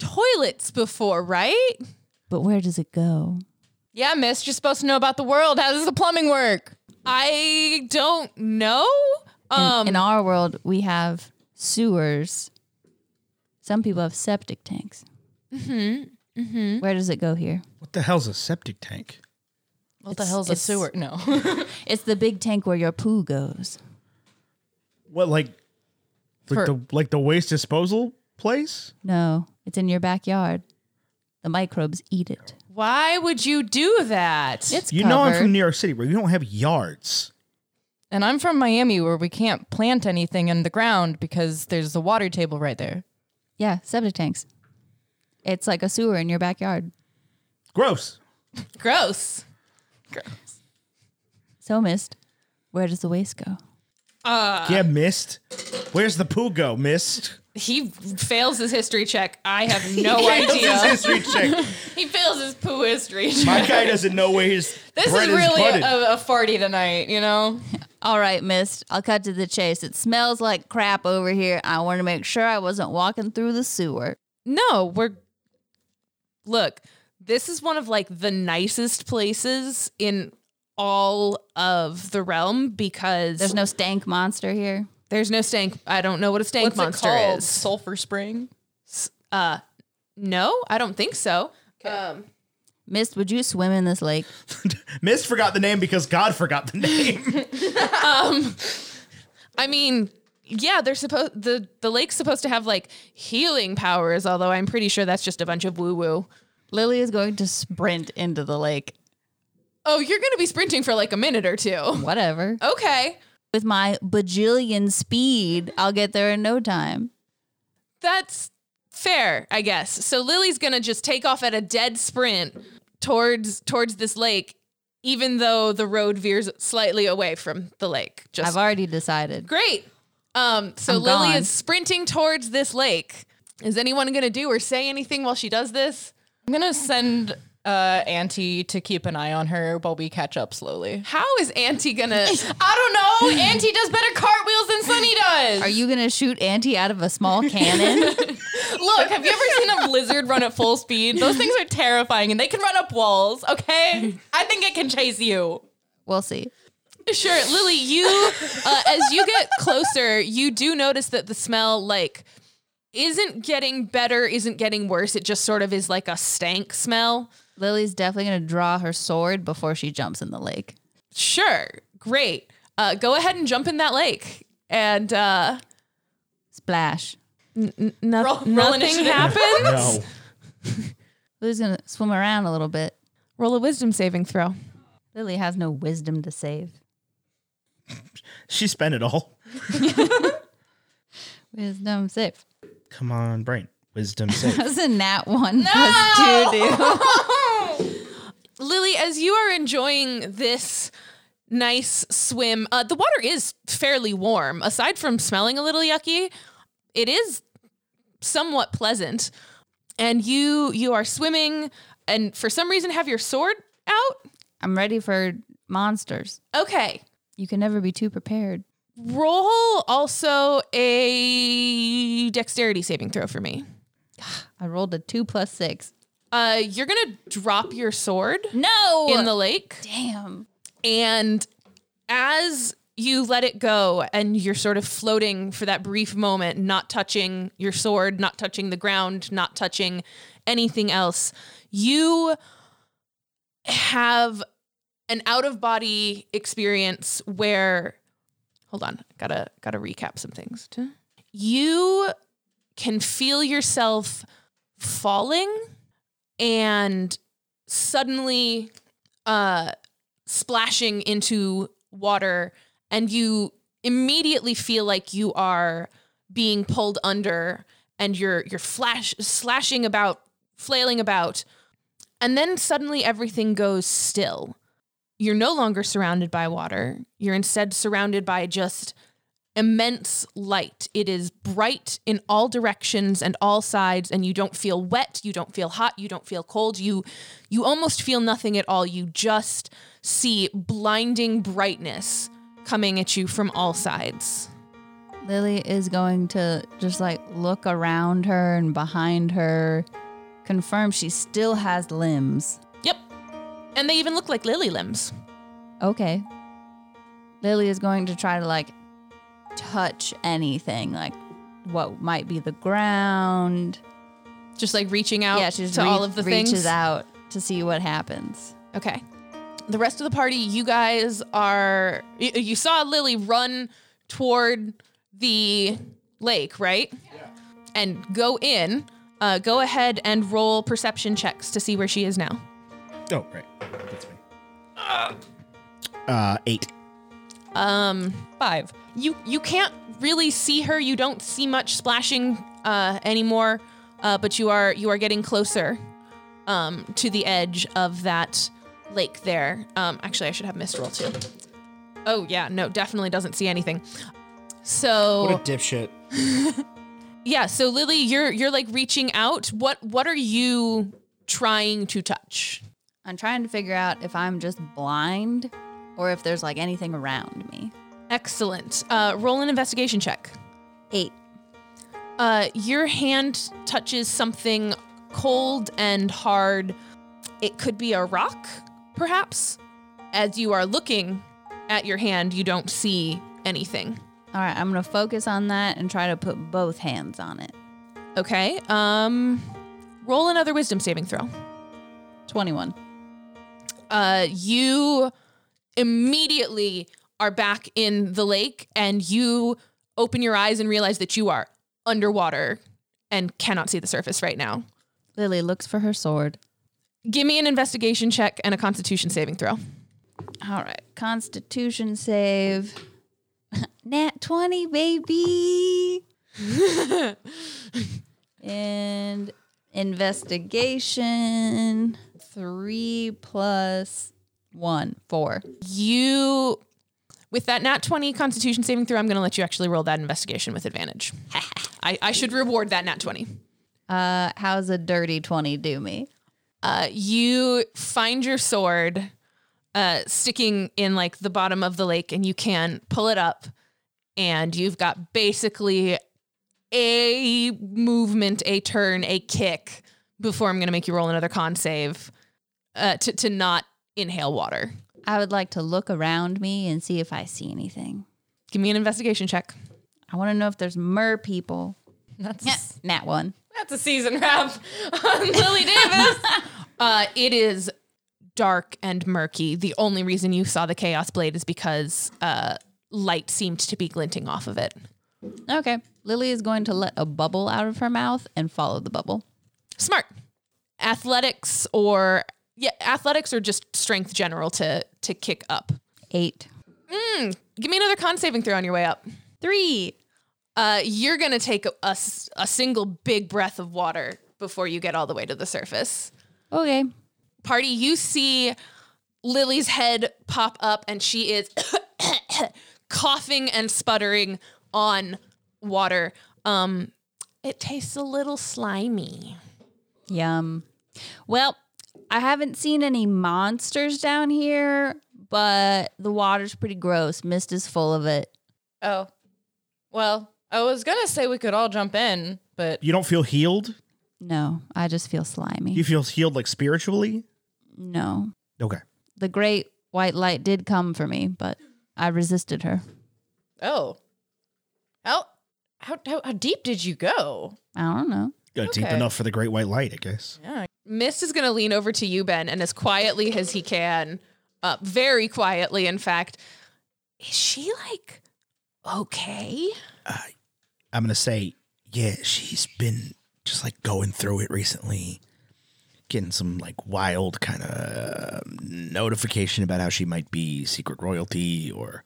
A: toilets before, right?
B: But where does it go?
D: Yeah, miss, you're supposed to know about the world. How does the plumbing work?
A: I don't know.
B: In-
A: Um,
B: in our world, we have sewers. Some people have septic tanks. Mm-hmm. Mm-hmm. Where does it go here?
C: What the hell's a septic tank?
D: What the hell's a
B: it's-
D: sewer? No.
B: It's the big tank where your poo goes.
C: What like, like the like the waste disposal place?
B: No, it's in your backyard. The microbes eat it.
A: (laughs) why would you do that?
B: It's
C: You
B: covered.
C: know I'm from New York City where you don't have yards.
D: and I'm from Miami where we can't plant anything in the ground because there's a water table right there.
B: yeah, septic tanks. It's like a sewer in your backyard.
C: Gross.
A: gross.
B: So mist. Where does the waste go?
D: Uh,
C: yeah, missed. Where's the poo
D: (laughs)
C: go, missed?
A: He fails his history check. I have no (laughs)
C: This
A: idea.
C: is history check.
A: he fails his poo history check.
C: My guy doesn't know where his
D: (laughs) This
C: bread
D: is really
C: butted.
D: a, a, a farty tonight, you know?
B: All right, miss, I'll cut to the chase. It smells like crap over here. I want to make sure I wasn't walking through the sewer.
A: No, we're look. This is one of like the nicest places in all of the realm because
B: There's no stank monster here.
A: there's no stank. I don't know what a stank
D: What's it
A: monster
D: called?
A: is.
D: Sulfur Spring.
A: No, I don't think so.
B: Mist, would you swim in this lake?
C: Mist forgot the name because God forgot
D: (laughs)
C: the name. (laughs)
A: I mean, yeah, they're supposed the the lake's supposed to have like healing powers, although I'm pretty sure that's just a bunch of woo woo.
B: Lily is going to sprint into the lake.
A: Oh, you're gonna be sprinting for like a minute or two.
B: Whatever.
A: Okay,
B: With my bajillion speed, I'll get there in no time.
A: that's fair, I guess. So Lily's gonna just take off at a dead sprint towards towards this lake, even though the road veers slightly away from the lake. Just
B: I've already decided.
A: Great. Um, so
B: I'm
A: Lily
B: gone.
A: is sprinting towards this lake. Is anyone going to do or say anything while she does this?
D: I'm gonna send uh, Auntie to keep an eye on her while we catch up slowly.
A: How is Auntie
B: (laughs)
A: going to?
D: I don't know. Auntie does better cartwheels than Sunny does.
B: Are you going to shoot Auntie out of a (laughs) small cannon?
D: Look, have you ever seen a lizard run at full speed? Those things are terrifying, and they can run up walls.
B: (laughs)
D: Okay, I think it can chase you.
B: we'll see.
A: Sure, Lily, you, uh, as you get closer, you do notice that the smell, like, isn't getting better, isn't getting worse. It just sort of is like a stank smell.
B: Lily's definitely going to draw her sword before she jumps in the lake.
A: Sure, great. Uh, go ahead and jump in that lake. And uh,
B: Splash.
A: no- nothing happens.
C: no.
B: Lily's going to swim around a little bit.
A: (laughs) Roll a wisdom saving throw.
B: Lily has no wisdom to save.
C: She spent it all.
B: Wisdom save.
C: Come on, brain. Wisdom save.
B: That's a nat one. That's two, dude.
A: Lily, as you are enjoying this nice swim, uh, the water is fairly warm. Aside from smelling a little yucky, it is somewhat pleasant. And you you are swimming, and for some reason have your sword out.
B: I'm ready for monsters.
A: Okay,
B: You can never be too prepared.
A: roll also a dexterity saving throw for me.
B: I rolled a two plus six.
A: Uh, you're gonna drop your sword
B: No.
A: in the lake.
B: damn.
A: And as you let it go and you're sort of floating for that brief moment, not touching your sword, not touching the ground, not touching anything else, you have an out of body experience where hold on, gotta gotta recap some things. You can feel yourself falling and suddenly uh splashing into water and you immediately feel like you are being pulled under and you're you're flash slashing about flailing about and then suddenly everything goes still you're no longer surrounded by water you're instead surrounded by just immense light it is bright in all directions and all sides and you don't feel wet you don't feel hot you don't feel cold you you almost feel nothing at all you just see blinding brightness coming at you from all sides
B: Lily is going to just like look around her and behind her, confirm she still has limbs.
A: yep and they even look like lily limbs
B: Okay. Lily is going to try to like touch anything, like what might be the ground.
A: just like reaching out
B: yeah, she just
A: to
B: rea-
A: all of the
B: reaches
A: things
B: out to see what happens.
A: Okay. The rest of the party, you guys are. You, you saw Lily run toward the lake, right? Yeah. And go in. Uh, go ahead and roll perception checks to see where she is now.
C: oh, right. That's me. Uh, eight.
A: Um,
D: Five.
A: you you can't really see her. You don't see much splashing uh, anymore, uh, but you are you are getting closer um, to the edge of that lake there. Um, actually, I should have missed roll too. Oh yeah, no, definitely doesn't see anything. So
C: dipshit.
A: yeah, so Lily, you're you're like reaching out. What what are you trying to touch?
B: I'm trying to figure out if I'm just blind or if there's like anything around me.
A: Excellent. Uh, roll an investigation check.
B: Eight.
A: Uh, your hand touches something cold and hard. It could be a rock, perhaps. As you are looking at your hand, you don't see anything.
B: All right, I'm gonna focus on that and try to put both hands on it.
A: Okay. Um, roll another wisdom saving throw.
B: Twenty-one.
A: uh, you immediately are back in the lake and you open your eyes and realize that you are underwater and cannot see the surface right now.
B: Lily looks for her sword.
A: Give me an investigation check and a constitution saving throw.
B: All right, Constitution save. (laughs) Nat twenty, baby. and investigation three plus one four.
A: You, with that nat 20 constitution saving throw, I'm going to let you actually roll that investigation with advantage. I, I should reward that nat 20.
B: Uh, how's a dirty twenty do me?
A: Uh, you find your sword uh, sticking in like the bottom of the lake, and you can pull it up, and you've got basically a movement, a turn, a kick before I'm gonna make you roll another con save uh, to to not inhale water.
B: I would like to look around me and see if I see anything.
A: Give me an investigation check.
B: I want to know if there's mer people.
D: That's
B: Nat one.
D: that's a season wrap. (laughs)
A: Lily Davis. (laughs) uh, it is dark and murky. The only reason you saw the chaos blade is because uh, light seemed to be glinting off of it.
B: Okay. Lily is going to let a bubble out of her mouth and follow the bubble.
A: smart athletics or yeah athletics or just strength general to to kick up
B: Eight.
A: give me another con saving throw on your way up
B: Three.
A: uh, you're gonna take a, a s- a single big breath of water before you get all the way to the surface
B: Okay.
A: party you see lily's head pop up and she is (coughs) coughing and sputtering on water um it tastes a little slimy
B: Yum. Well, I haven't seen any monsters down here, but the water's pretty gross. Mist is full of it.
E: Oh. Well, I was going to say we could all jump in, but
C: You don't feel healed?
B: No, I just feel slimy.
C: You feel healed like spiritually?
B: no.
C: Okay.
B: The great white light did come for me, but I resisted her.
E: oh. How how how, how deep did you go?
B: I don't know.
C: Uh, Deep
E: Okay.
C: enough for the great white light, I guess.
A: Mist is going to lean over to you, Ben, and as quietly as he can, uh, very quietly, in fact, is she like okay?
C: I'm gonna say, yeah, she's been just like going through it recently, getting some like wild kind of notification about how she might be secret royalty or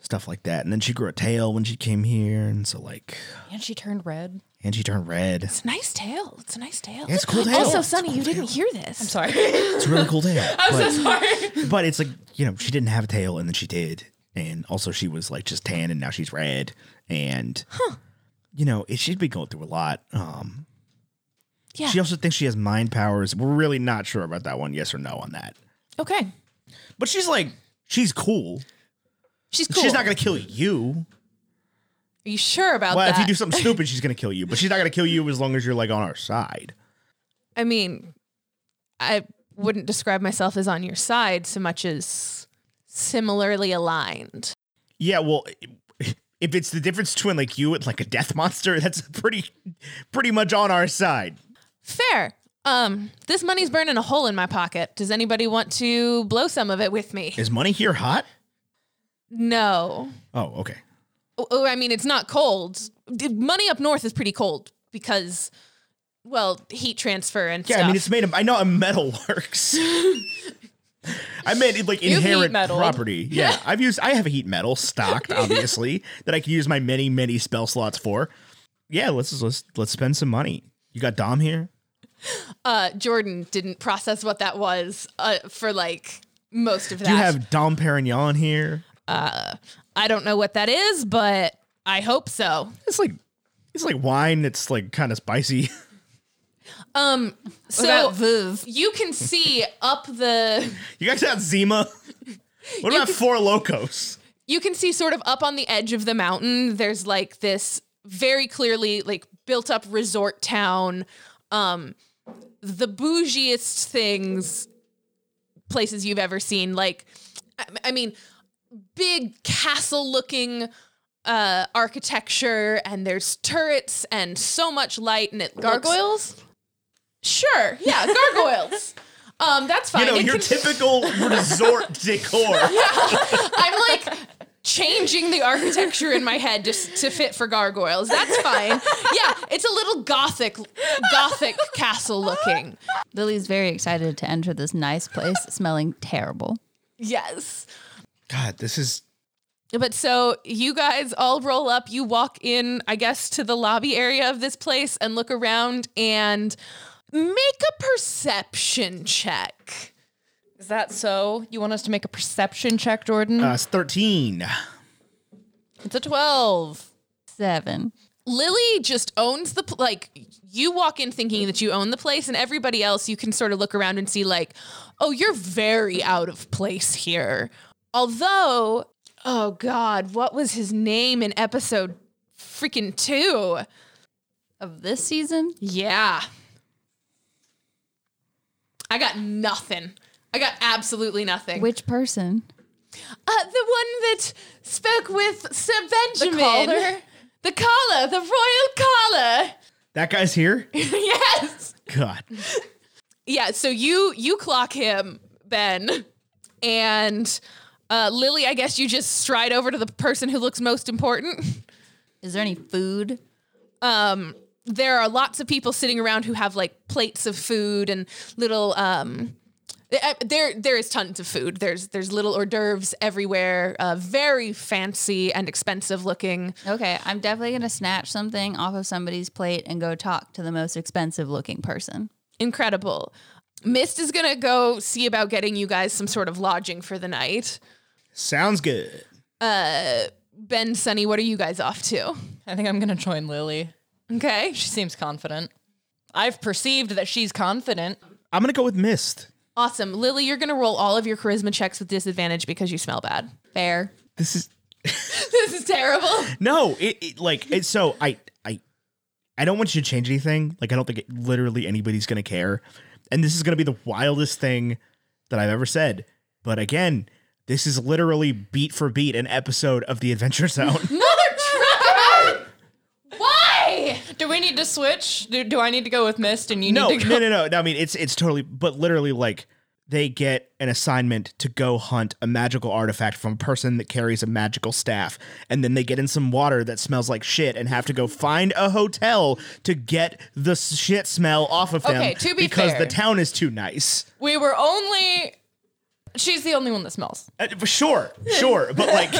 C: stuff like that. And then she grew a tail when she came here, and so like,
E: And she turned red.
C: and she turned red.
A: It's a nice tail. It's a nice tail.
C: Yeah, it's a cool tail.
A: Also,
C: It's a
A: Sonny,
C: cool
A: you
C: tail.
A: didn't hear this. I'm
E: Sorry.
C: It's a really cool tail. I'm but, so
E: sorry.
C: But it's like you know, she didn't have a tail, and then she did, and also she was like just tan, and now she's red, and you know, it, she's been going through a lot. Um,
A: Yeah.
C: She also thinks she has mind powers. We're really not sure about that one, yes or no on that.
A: Okay.
C: But she's like, she's cool.
A: She's cool.
C: She's not gonna kill you.
A: Are you sure about
C: Well,
A: that?
C: if you do something stupid, she's gonna kill you. But she's not gonna kill you as long as you're like on our side.
A: I mean, I wouldn't describe myself as on your side so much as similarly aligned.
C: Yeah, well, if it's the difference between like you and like a death monster, (laughs) that's pretty, pretty much on our side.
A: Fair. Um, this money's burning a hole in my pocket. Does anybody want to blow some of it with me?
C: Is money here hot?
A: No.
C: Oh, okay.
A: Oh, oh, I mean, it's not cold. D- Money up north is pretty cold because, well, heat transfer and
C: Yeah,
A: stuff.
C: I mean, it's made of. I know how metal
A: (laughs)
C: works. I meant like
A: heat
C: inherent
A: metaled.
C: property. Yeah, I've used. I have a heat metal
A: (laughs)
C: stocked, obviously, that I can use my many many spell slots for. Yeah, let's let's let's spend some money. You got Dom here.
A: uh, Jordan didn't process what that was uh, for like most of that.
C: Do you have Dom Perignon here?
A: I don't know what that is, but I hope so.
C: It's like it's like wine. that's like kind of spicy. (laughs)
A: Um, so
B: About Vuv.
A: you can see up the (laughs)
C: You guys got Zima. What about Four Locos?
A: you can see sort of up on the edge of the mountain there's like this very clearly like built up resort town um the bougiest things places you've ever seen like i, I mean big castle looking uh architecture and there's turrets and so much light and it looks-
E: Gargoyles?
A: sure yeah gargoyles um that's fine
C: You know,
A: It
C: your
A: can- (laughs)
C: typical resort decor.
A: I'm like changing the architecture in my head just to fit for gargoyles. That's fine. Yeah, it's a little gothic gothic castle looking.
B: Lily's very excited to enter this nice place, (laughs) smelling terrible.
A: Yes.
C: God, this is
A: But so you guys all roll up, you walk in, I guess, to the lobby area of this place and look around and make a perception check.
D: Is that so? You want us to make a perception check, Jordan?
C: uh, it's 13.
D: it's a 12.
B: Seven.
A: Lily just owns the pl- like you walk in thinking that you own the place and everybody else you can sort of look around and see like oh you're very out of place here. Although oh god, what was his name in episode freaking 2?
B: Of this season?
A: Yeah. I got nothing. I got absolutely nothing.
B: Which person?
A: Uh, the one that spoke with Sir Benjamin.
E: collar?
A: The collar, the royal collar.
C: That guy's here?
A: (laughs) yes.
C: God.
A: yeah so you you clock him ben and uh, lily i guess you just stride over to the person who looks most important
B: Is there any food?
A: um there are lots of people sitting around who have like plates of food and little um uh, there there is tons of food there's there's little hors d'oeuvres everywhere uh, very fancy and expensive looking
B: Okay, I'm definitely gonna snatch something off of somebody's plate and go talk to the most expensive looking person.
A: incredible mist is gonna go see about getting you guys some sort of lodging for the night
C: Sounds good.
A: ben sunny what are you guys off to
D: I think I'm going to join Lily.
A: okay
D: She seems confident. I've perceived that she's (laughs) confident.
C: I'm going to go with Mist.
A: Awesome. Lily, you're going to roll all of your charisma checks with disadvantage because you smell bad.
B: Fair.
C: This is
A: (laughs) this is terrible.
C: No, it, it like it's so I I I don't want you to change anything. Like I don't think it, literally anybody's gonna care. And this is gonna be the wildest thing that I've ever said. But again, this is literally beat for beat an episode of The Adventure Zone.
A: Why?
D: Do we need to switch? Do, do I need to go with Mist and you
C: no,
D: need to
C: no,
D: go?
C: no, no, no. I mean, it's it's totally, but literally like they get an assignment to go hunt a magical artifact from a person that carries a magical staff and then they get in some water that smells like shit and have to go find a hotel to get the s- shit smell off of them
D: Okay, to be
C: because
D: fair.
C: the town is too nice.
D: We were only. She's the only one that smells.
C: Uh, sure, sure, but like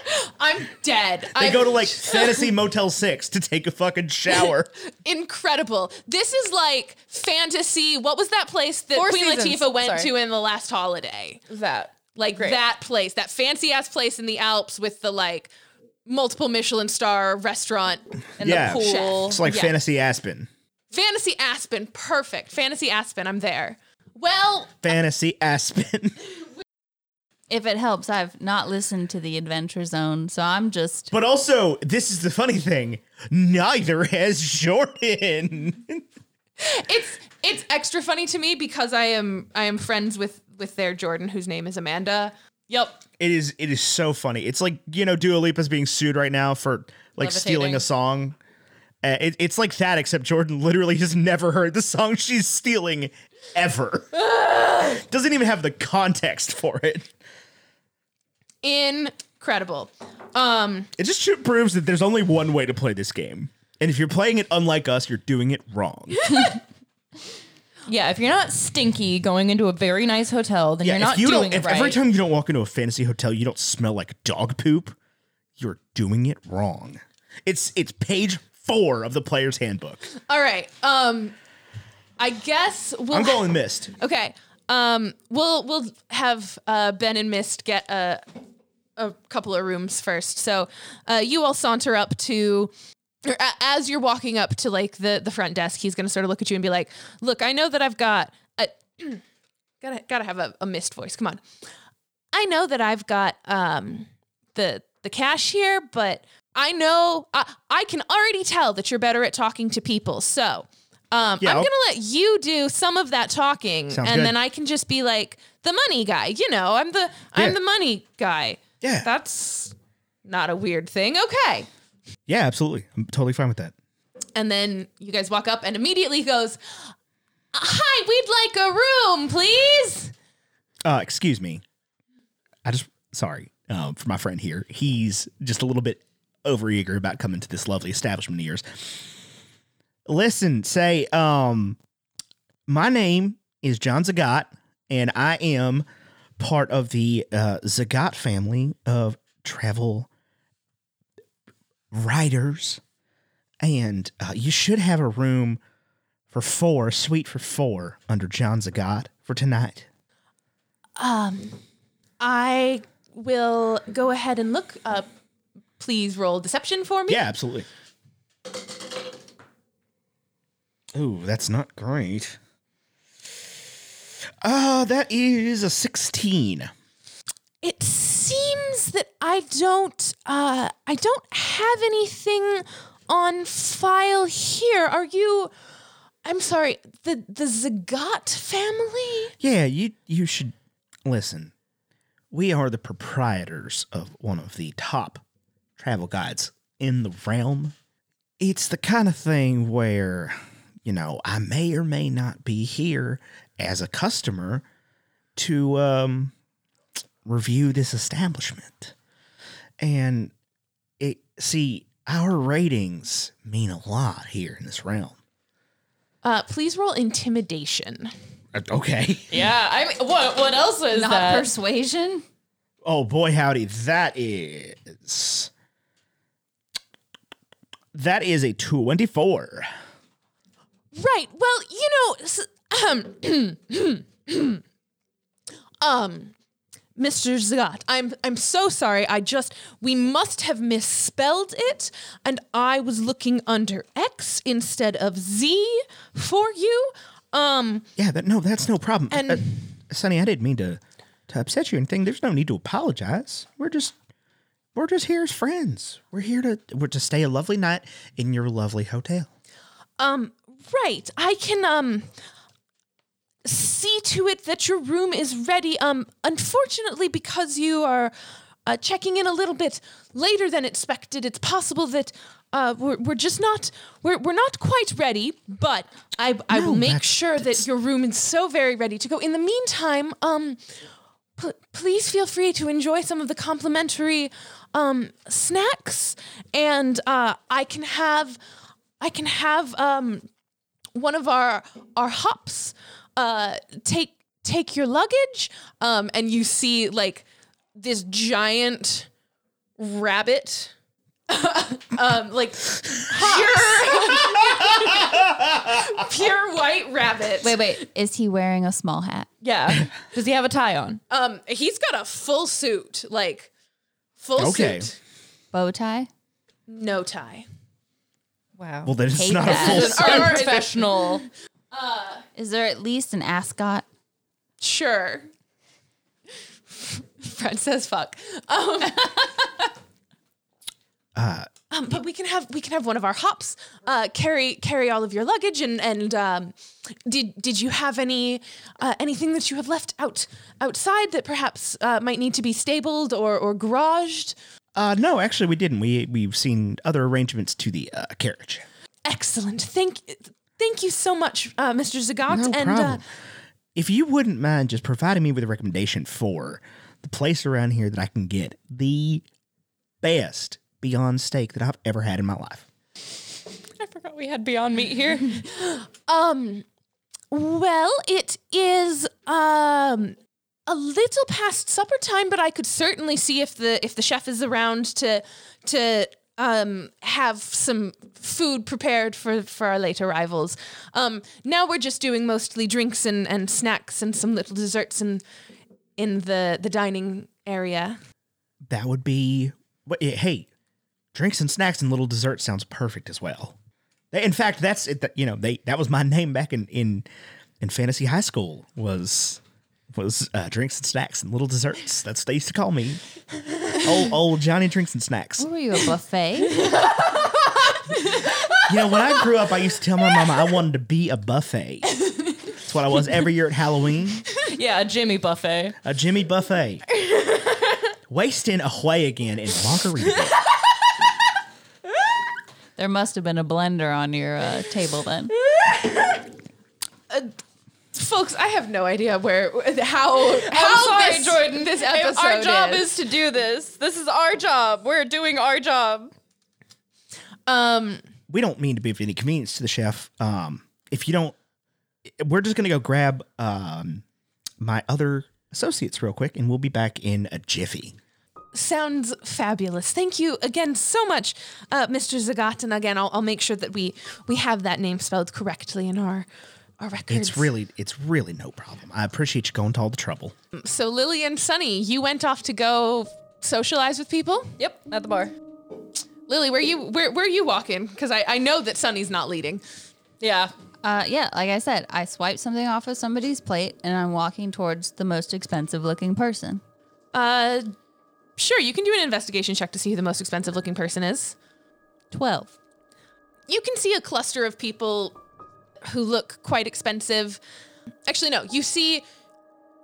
D: (laughs)
A: I'm dead.
C: they
A: I
C: go to like Fantasy Motel 6 to take a
D: (laughs)
C: fucking shower.
A: incredible. This is like fantasy. What was that place that
D: Four
A: Queen
D: Seasons.
A: Latifah went
D: Sorry.
A: to in the last holiday?
D: That.
A: Like
D: Great.
A: that place, that fancy ass place in the Alps with the like multiple Michelin star restaurant.
D: And
C: Yeah.
D: the pool.
C: It's like
A: Yeah.
C: Fantasy Aspen.
A: Fantasy Aspen, perfect. Fantasy Aspen, I'm there. Well,
C: Fantasy Aspen. (laughs)
B: If it helps, I've not listened to the Adventure Zone, so I'm just
C: But also, this is the funny thing. Neither has Jordan.
A: it's it's extra funny to me because I am I am friends with with their Jordan whose name is Amanda. Yep.
C: It is it is so funny. It's like you know Dua Lipa's being sued right now for like stealing
D: Levitating.
C: a song. Uh, it- it's like that, except Jordan literally has never heard the song she's stealing ever. Doesn't even have the context for it.
A: Incredible. Um
C: It just sh- proves that there's only one way to play this game, and if you're playing it unlike us, you're doing it wrong.
D: Yeah, if you're not stinky going into a very nice hotel, then
C: Yeah,
D: you're not
C: if you
D: doing
C: don't,
D: it
C: if
D: right.
C: every time you don't walk into a fantasy hotel, you don't smell like dog poop, you're doing it wrong. It's it's page four of the player's handbook.
A: all right. Um I guess we'll
C: I'm going missed.
A: Okay. Um we'll we'll have uh Ben and Mist get a a couple of rooms first. So uh you all saunter up to or a- as you're walking up to like the the front desk, he's going to sort of look at you and be like, "Look, I know that I've got a (clears throat) gotta gotta have a, a missed voice. Come on, I know that I've got um the the cashier, but I know I, I can already tell that you're better at talking to people. So um,
C: Yeah,
A: I'm
C: I'll-
A: gonna let you do some of that talking,
C: Sounds
A: and
C: good.
A: then I can just be like the money guy. You know, I'm the I'm
C: Yeah.
A: the money guy.
C: Yeah.
A: that's not a weird thing. Okay.
C: Yeah, absolutely. I'm totally fine with that.
A: And then you guys walk up and immediately goes, Hi, we'd like a room, please.
C: Uh, excuse me. I just sorry um, for my friend here. He's just a little bit overeager about coming to this lovely establishment of yours. Listen, say, um, my name is John Zagat, and I am part of the uh, Zagat family of travel writers. And uh, you should have a room for four, a suite for four, under John Zagat for tonight.
A: Um, I will go ahead and look up. Please roll deception for me.
C: Yeah, absolutely. Ooh, that's not great. Uh, that is a 16.
A: It seems that I don't uh I don't have anything on file here. Are you I'm sorry, the the Zagat family?
C: Yeah, you you should listen. We are the proprietors of one of the top travel guides in the realm. It's the kind of thing where, you know, I may or may not be here as a customer to um review this establishment. And it see, our ratings mean a lot here in this realm.
A: Uh please roll intimidation.
C: Uh, Okay. (laughs)
D: Yeah, I mean, what what else is
B: Not
D: that?
B: persuasion.
C: Oh boy, howdy! That is that is a twenty-four.
A: Right. Well, you know, s- um, (clears throat) um, Mr. Zagat, I'm I'm so sorry. I just we must have misspelled it, and I was looking under X instead of Z for you. Um,
C: Yeah, that no, that's no problem.
A: And-
C: uh, Sonny, I didn't mean to to upset you or anything. There's no need to apologize. We're just we're just here as friends. We're here to we're to stay a lovely night in your lovely hotel.
A: um, right. I can um see to it that your room is ready. Um, unfortunately, because you are uh, checking in a little bit later than expected, it's possible that uh, we're, we're just not we're, we're not quite ready. But I I will
C: No,
A: make
C: that's-
A: sure that your room is so very ready to go. In the meantime, um, pl- please feel free to enjoy some of the complimentary um snacks, and uh, I can have I can have um one of our our hops uh take take your luggage um and you see like this giant rabbit (laughs) um like pure (laughs) pure white rabbit
B: Wait, wait. Is he wearing a small hat?
D: yeah, does he have a tie on?
A: um he's got a full suit like full
C: Okay.
A: suit
B: Bow tie?
A: no tie
D: Wow,
C: Well, then it's
B: Hate
C: not
B: that. (laughs)
C: a full.
A: It's an art-
D: professional.
B: Is there at least an ascot?
A: Sure. Fred says fuck.
C: (laughs)
A: Um,
C: Uh,
A: um, but we can have we can have one of our hops uh, carry carry all of your luggage and and um, did did you have any uh, anything that you have left out outside that perhaps uh, might need to be stabled or or garaged?
C: Uh, no, actually, we didn't. We we've seen other arrangements to the uh, carriage.
A: Excellent. Thank thank you so much, uh, Mr. Zagat.
C: No
A: and
C: problem.
A: Uh,
C: if you wouldn't mind just providing me with a recommendation for the place around here that I can get the best Beyond Steak that I've ever had in my life.
D: I forgot we had Beyond Meat here.
A: Um, well, it is um a little past supper time, but I could certainly see if the if the chef is around to to um have some food prepared for for our late arrivals. Um, now we're just doing mostly drinks and and snacks and some little desserts in in the the dining area.
C: That would be. Wait, eh, Hey, drinks and snacks and little dessert sounds perfect as well. They- In fact, that's it. that- You know, they that was my name back in in in fantasy high school was was uh, drinks and snacks and little desserts. That's what they used to call me. (laughs) Old, old Johnny drinks and snacks.
B: Were you a buffet?
C: You know, when I grew up, I used to tell my mama I wanted to be a buffet. That's what I was every year at Halloween.
D: (laughs) Yeah, a Jimmy buffet.
C: A Jimmy buffet. Wasting away again in Margaritaville.
B: (laughs) there must have been a blender on your uh, table then.
A: Folks, I have no idea where how
D: I'm
A: how
D: sorry,
A: this,
D: Jordan.
A: this
D: If
A: episode
D: Our job
A: is.
D: is. to do this. This is our job. We're doing our job.
A: Um,
C: we don't mean to be of any convenience to the chef. Um, if you don't, we're just gonna go grab um my other associates real quick, and we'll be back in a jiffy.
A: sounds fabulous. Thank you again so much, uh, Mr. Zagat. And again, I'll, I'll make sure that we we have that name spelled correctly in our our records.
C: It's really, it's really no problem. I appreciate you going to all the trouble.
A: so. Lily and Sunny, you went off to go socialize with people.
D: Yep, at the bar.
A: Lily, where you where where are you walking? Because I I know that Sunny's not leading.
D: Yeah.
B: Uh, yeah, like I said, I swiped something off of somebody's plate and I'm walking towards the most expensive looking person.
A: Uh, sure, you can do an investigation check to see who the most expensive looking person is.
B: 12.
A: you can see a cluster of people who look quite expensive. Actually, no, you see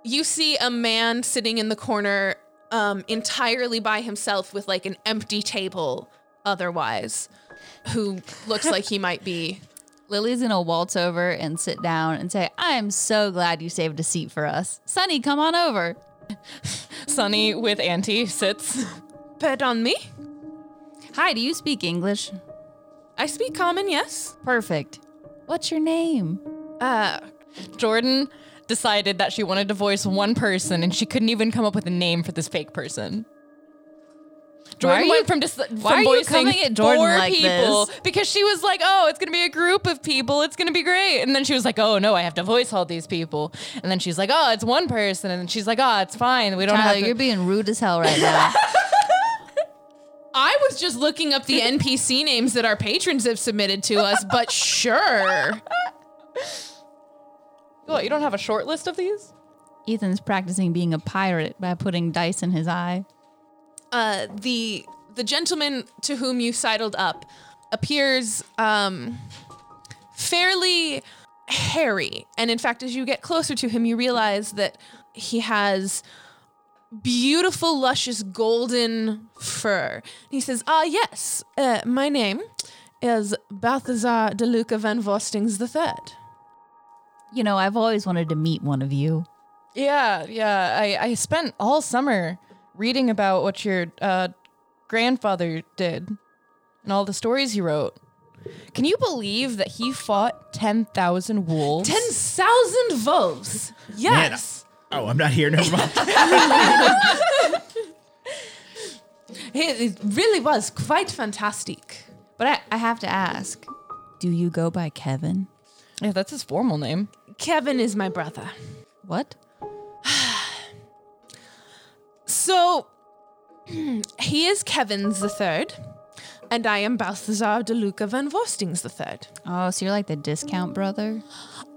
A: you see a man sitting in the corner um, entirely by himself with like an empty table otherwise who looks like he might be
B: Lily's gonna waltz over and sit down and say, I'm so glad you saved a seat for us. Sonny, come on over.
D: Sunny with Auntie sits.
A: pardon me
B: Hi, do you speak English?
A: i speak common yes
B: Perfect. What's your name?
A: uh
D: Jordan decided that she wanted to voice one person and she couldn't even come up with a name for this fake person.
B: are
D: Jordan
B: you-
D: went from just from
B: why are you
D: voicing
B: coming at Jordan
D: four
B: like
D: people
B: this?
D: because she was like, "Oh, it's gonna be a group of people. It's gonna be great." And then she was like, "Oh no, I have to voice all these people." And then she's like, "Oh, it's one person." And then she's like, "Oh, it's fine. We don't
B: Tyler,
D: have." To-
B: you're being rude as hell right now. (laughs)
A: i was just looking up the npc names that our patrons have submitted to us but sure
D: what, you don't have a short list of these?
B: Ethan's practicing being a pirate by putting dice in his eye.
A: uh, the the gentleman to whom you sidled up appears um, fairly hairy, and in fact, as you get closer to him, you realize that he has beautiful, luscious, golden fur. And he says, "Ah, yes, uh, my name is Balthazar de Luca van Vostings the Third.
B: You know, I've always wanted to meet one of you.
D: Yeah, yeah. I, I spent all summer reading about what your uh, grandfather did and all the stories he wrote. Can you believe that he fought 10,000 wolves?
A: Ten thousand volves. Yes."
C: Oh, I'm not here. Never mind.
A: It it really was quite fantastic.
B: But I, I have to ask do you go by Kevin?
D: yeah, that's his formal name.
A: Kevin is my brother.
B: What?
A: So (clears throat) he is Kevin's the third, and I am Balthazar de Luca van Vostings the third.
B: Oh, so you're like the discount brother?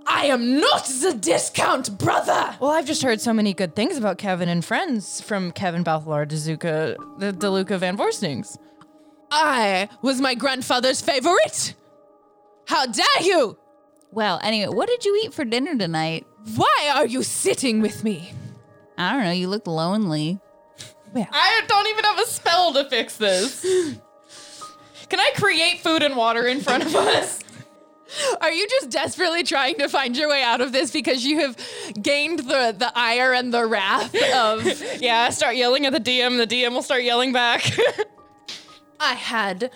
A: I am not the discount brother.
D: Well, I've just heard so many good things about Kevin and friends from Kevin Balthalar DeZuka, the DeLuca Van Vorstings.
A: I was my grandfather's favorite. How dare you?
B: Well, anyway, what did you eat for dinner tonight?
A: Why are you sitting with me?
B: I don't know. You look lonely.
D: I don't even have a spell to fix this. Can I create food and water in front of us? (laughs)
A: Are you just desperately trying to find your way out of this because you have gained the, the ire and the wrath of
D: Yeah, I start yelling at the DM. The DM will start yelling back. (laughs)
A: I had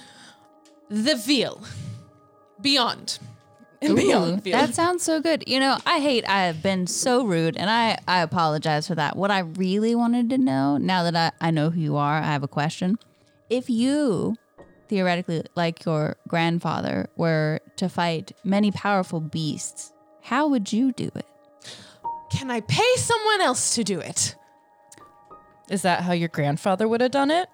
A: the veal beyond.
B: Ooh, that sounds so good. You know, I hate I have been so rude and I, I apologize for that. What I really wanted to know, now that I, I know who you are, I have a question. If you, theoretically, like your grandfather, were to fight many powerful beasts, how would you do it?
A: Can I pay someone else to do it?
D: Is that how your grandfather would have done it?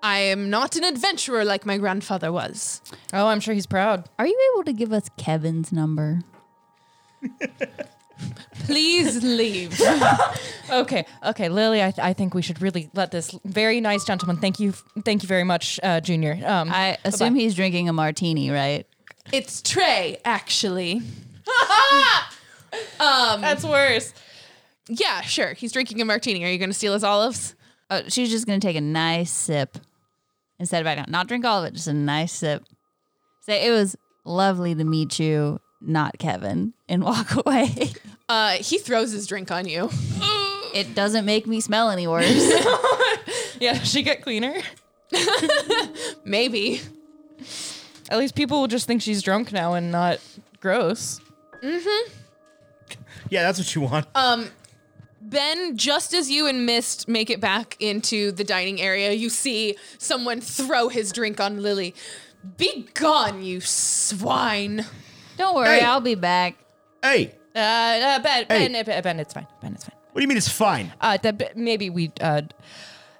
A: I am not an adventurer like my grandfather was.
D: Oh, I'm sure he's proud.
B: Are you able to give us Kevin's number?
D: (laughs)
A: Please leave.
D: Okay, okay, Lily. I, th- I think we should really let this very nice gentleman. Thank you, thank you very much, uh, Junior. Um,
B: I assume he's drinking a martini, right?
A: it's Trey,
D: (laughs)
A: actually. Um,
D: that's worse.
A: Yeah, sure. He's drinking a martini. Are you going to steal his olives?
B: Oh, she's just gonna take a nice sip instead of back down. Not drink all of it, just a nice sip. Say it was lovely to meet you, not Kevin, and (laughs) walk away.
A: Uh, he throws his drink on you.
B: it doesn't make me smell any worse.
D: (laughs) Yeah, does she get cleaner.
A: Maybe.
D: At least people will just think she's drunk now and not gross.
C: (laughs) Yeah, that's what you want.
A: Ben, just as you and Mist make it back into the dining area, you see someone throw his drink on Lily. Be gone, you swine.
B: Don't worry,
C: Hey.
B: I'll be back.
C: hey,
D: Uh, uh ben,
C: Hey.
D: ben, Ben, Ben, it's fine. Ben, it's fine.
C: what do you mean it's fine?
D: Uh, that maybe we. Uh,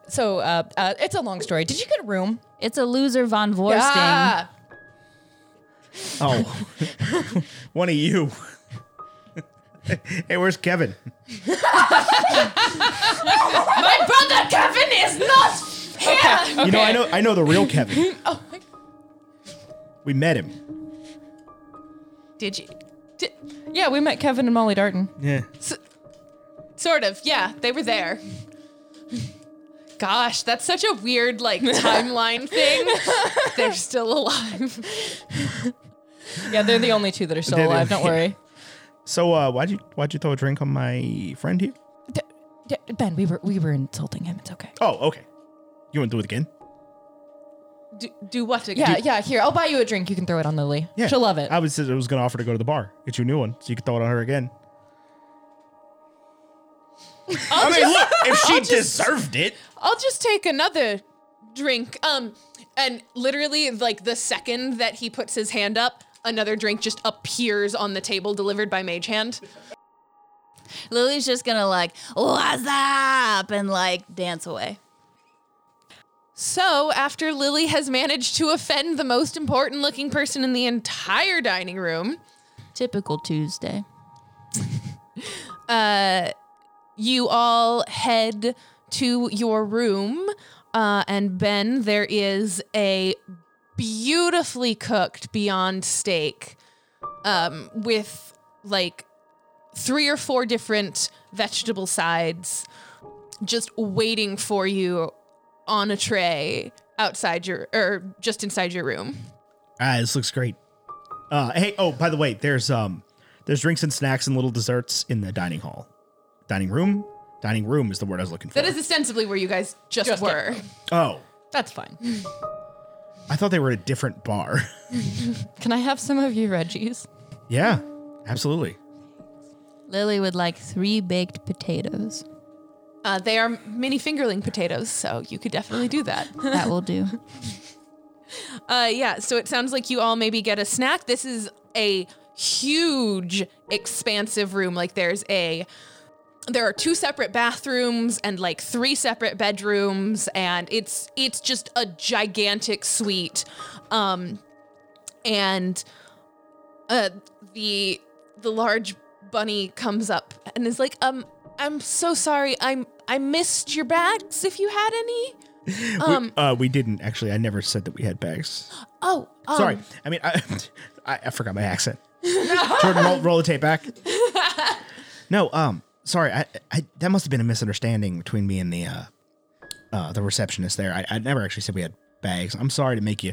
D: so uh, uh, it's a long story. Did you get a room?
B: It's a loser von Voorsting.
D: Ah,
C: Oh, one of you. hey, where's Kevin?
E: My brother Kevin is not
D: okay.
C: You know, I know, I know the real Kevin.
A: Oh,
C: We met him.
A: Did you? Di-
D: Yeah, we met Kevin and Molly Darton.
C: Yeah.
A: sort of, yeah, they were there. Gosh, that's such a
D: (laughs)
A: weird, like, timeline thing. They're
D: (laughs)
A: still alive.
D: Yeah, they're the only two that are still
C: They're the-
D: alive. Don't worry.
C: So, uh, why'd you why'd you throw a drink on my friend here?
D: D- d- ben, we were we were insulting him. It's okay.
C: Oh, okay. You want to do it again?
A: Do, do what again?
D: Yeah, yeah. Here, I'll buy you a drink. You can throw it on Lily.
C: Yeah,
D: She'll love it.
C: I was I was gonna offer to go to the bar, get you a new one, so you could throw it on her again. I mean, look, if she deserved it,
A: I'll just take another drink. Um, and literally, like the second that he puts his hand up, another drink just appears on the table, delivered by Mage Hand.
B: Lily's just gonna like, what's up? And like dance away.
A: So after Lily has managed to offend the most important-looking person in the entire dining room,
B: Typical Tuesday.
A: uh, you all head to your room. Uh, and Ben, there is a beautifully cooked Beyond Steak um, with like three or four different vegetable sides just waiting for you on a tray outside your or just inside your room.
C: ah, this looks great. Uh, hey, oh, by the way, there's um, there's drinks and snacks and little desserts in the dining hall, dining room. Dining room is the word I was looking for.
A: That is ostensibly where you guys just,
D: Just-
A: were.
C: oh,
D: That's fine.
C: I thought they were at a different bar. (laughs)
D: Can I have some of you Reggie's?
C: yeah, absolutely.
B: Lily would like three baked potatoes.
A: Uh, they are mini fingerling potatoes, so you could definitely do that.
B: That will do.
A: Uh, yeah, so it sounds like you all maybe get a snack. This is a huge, expansive room. Like there's a there are two separate bathrooms and like three separate bedrooms and it's it's just a gigantic suite. Um and uh the the large bunny comes up and is like, "Um I'm so sorry. I'm I missed your bags if you had any."
C: Um, we, uh, we didn't actually. I never said that we had bags.
A: Oh, um,
C: Sorry. I mean, I, (laughs) I, I forgot my accent. Jordan, roll, roll the tape back. No, um, sorry. I, I that must have been a misunderstanding between me and the uh, uh, the receptionist there. I, I never actually said we had bags. I'm sorry to make you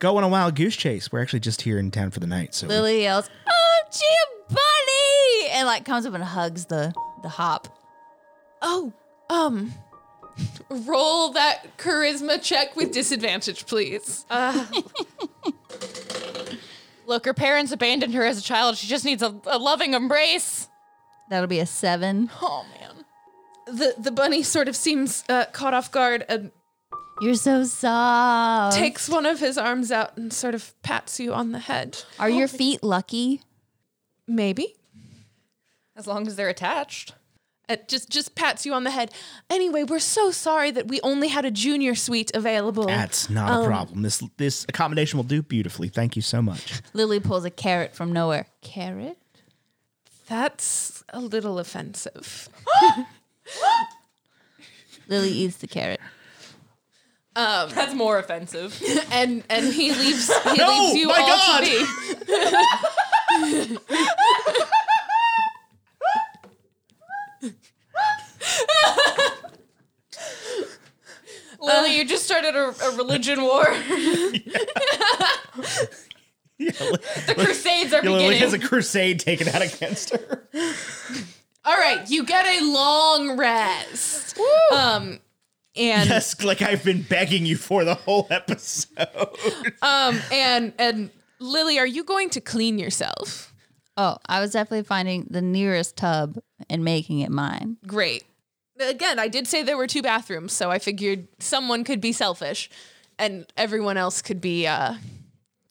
C: go on a wild goose chase. We're actually just here in town for the night. So
B: Lily yells, "Oh, gee, bunny!" and like comes up and hugs the the hop.
A: Oh, um, roll that charisma check with disadvantage, please.
D: Look, her parents abandoned her as a child. She just needs a, a loving embrace.
B: That'll be a seven.
D: Oh man.
A: The the bunny sort of seems uh, caught off guard and
B: You're so soft.
A: takes one of his arms out and sort of pats you on the head.
B: Are your feet lucky?
A: Maybe
D: As long as they're attached.
A: it Uh, just just pats you on the head. Anyway, we're so sorry that we only had a junior suite available.
C: that's not a problem. This this accommodation will do beautifully. Thank you so much.
B: Lily pulls a carrot from nowhere. Carrot?
A: That's a little offensive.
B: Lily eats the carrot.
D: That's more offensive.
A: And and he leaves
C: (laughs)
A: he
C: No,
A: leaves you
C: my
A: all
C: God.
A: to be.
C: (laughs)
D: Lily, you just started a, a religion
C: (laughs)
D: war.
A: (laughs)
C: Yeah, Lily-
D: The Crusades are
C: Lily
D: beginning.
C: has a crusade taken out against her.
A: All right, you get a long rest. Um and
C: Yes, like I've been begging you for the whole episode.
A: um and and Lily, are you going to clean yourself?
B: Oh, I was definitely finding the nearest tub and making it mine.
A: Great. Again, I did say there were two bathrooms, so I figured someone could be selfish and everyone else could be uh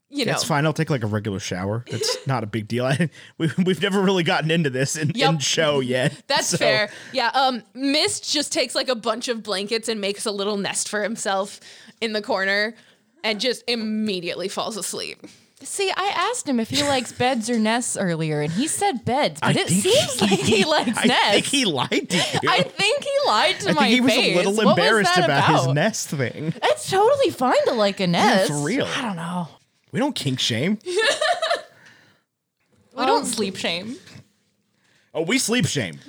A: you know.
C: It's fine. I'll take like a regular shower.
E: (laughs)
C: That's not a big deal. (laughs) I, we, we've never really gotten into this in, in
A: Yep.
E: (laughs)
C: show yet.
A: That's
C: so-
A: fair. Yeah. Um, Mist just takes like a bunch of blankets and makes a little nest for himself in the corner and just immediately falls asleep.
D: See, I
E: asked him if he likes beds or nests earlier, and he said beds, but it
C: think
E: seems like he likes
C: I
E: nests.
C: think he lied to
E: (laughs)
C: you.
E: I think he lied to
C: I
E: my
C: think he was
E: face.
C: a little
E: What was
C: embarrassed
E: that
C: about,
E: about
C: his
E: (laughs)
C: nest thing.
E: It's totally fine to like a nest.
C: for real.
E: I don't know.
C: We don't kink shame.
D: we
C: Um,
D: don't sleep shame.
C: Oh, we sleep shame.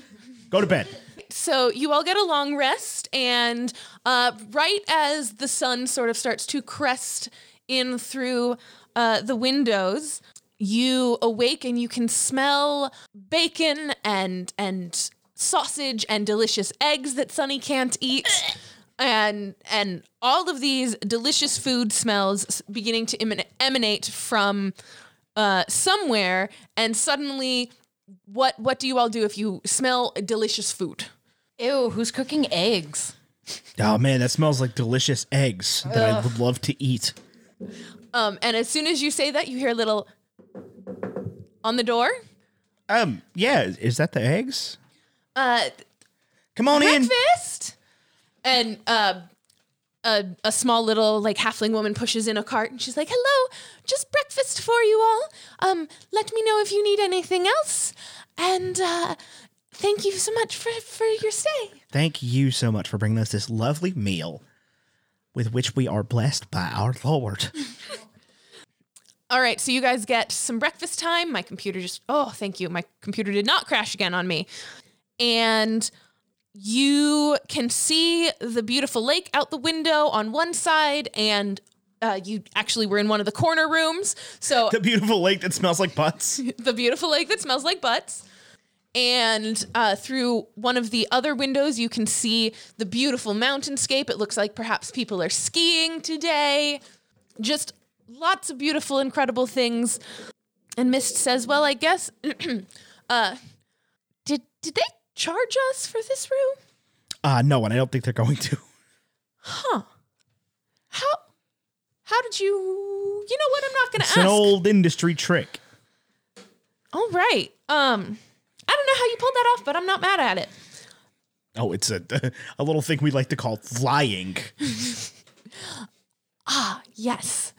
C: Go to bed.
A: So you all get a long rest, and uh, right as the sun sort of starts to crest in through uh, the windows, you awake and you can smell bacon and and sausage and delicious eggs that Sunny can't eat. And and all of these delicious food smells s- beginning to emin- emanate from uh, somewhere, and suddenly what what do you all do if you smell delicious food?
E: Ew, who's cooking eggs?
C: Oh man, that smells like delicious eggs that I would love to eat.
A: Um, and as soon as you say that, you hear a little on the door.
C: Um, yeah, is- is that the eggs?
A: Uh,
C: Come on in.
A: breakfast. And uh, a a small little like halfling woman pushes in a cart, and she's like, "Hello, just breakfast for you all. Um, let me know if you need anything else, and uh, thank you so much for for your stay."
C: Thank you so much for bringing us this lovely meal with which we are blessed by our Lord.
A: All right, so you guys get some breakfast time. My computer just, oh, thank you. My computer did not crash again on me. And you can see the beautiful lake out the window on one side, and uh, you actually were in one of the corner rooms. So
C: the beautiful lake that smells like butts.
A: the beautiful lake that smells like butts. And uh, through one of the other windows, you can see the beautiful mountainscape. It looks like perhaps people are skiing today. Just lots of beautiful, incredible things. And Mist says, "Well, I guess, (clears throat) uh, did did they charge us for this room?
C: Uh no, and I don't think they're going to.
A: How how did you? You know what? I'm not going to
C: It's
A: ask.
C: an old industry trick.
A: All right. Um, I don't know how you pulled that off, but I'm not mad at it."
C: Oh, it's a (laughs) a little thing we like to call flying.
A: Ah, Yes.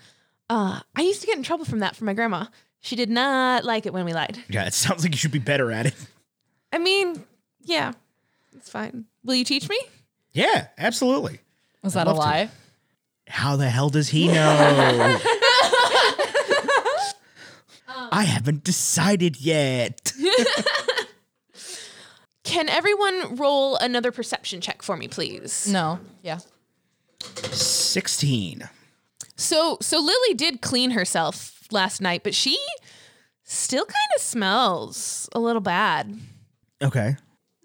A: Uh, I used to get in trouble from that from my grandma. She did not like it when we lied.
C: Yeah, it sounds like you should be better at it.
A: I mean, yeah, it's fine. Will you teach me?
C: Yeah, absolutely.
D: Was that a
C: love to.
D: lie?
C: How the hell does he know? I haven't decided yet.
A: Can everyone roll another perception check for me, please?
D: No. Yeah.
C: 16.
A: So, so Lily did clean herself last night, but she still kind of smells a little bad.
C: Okay.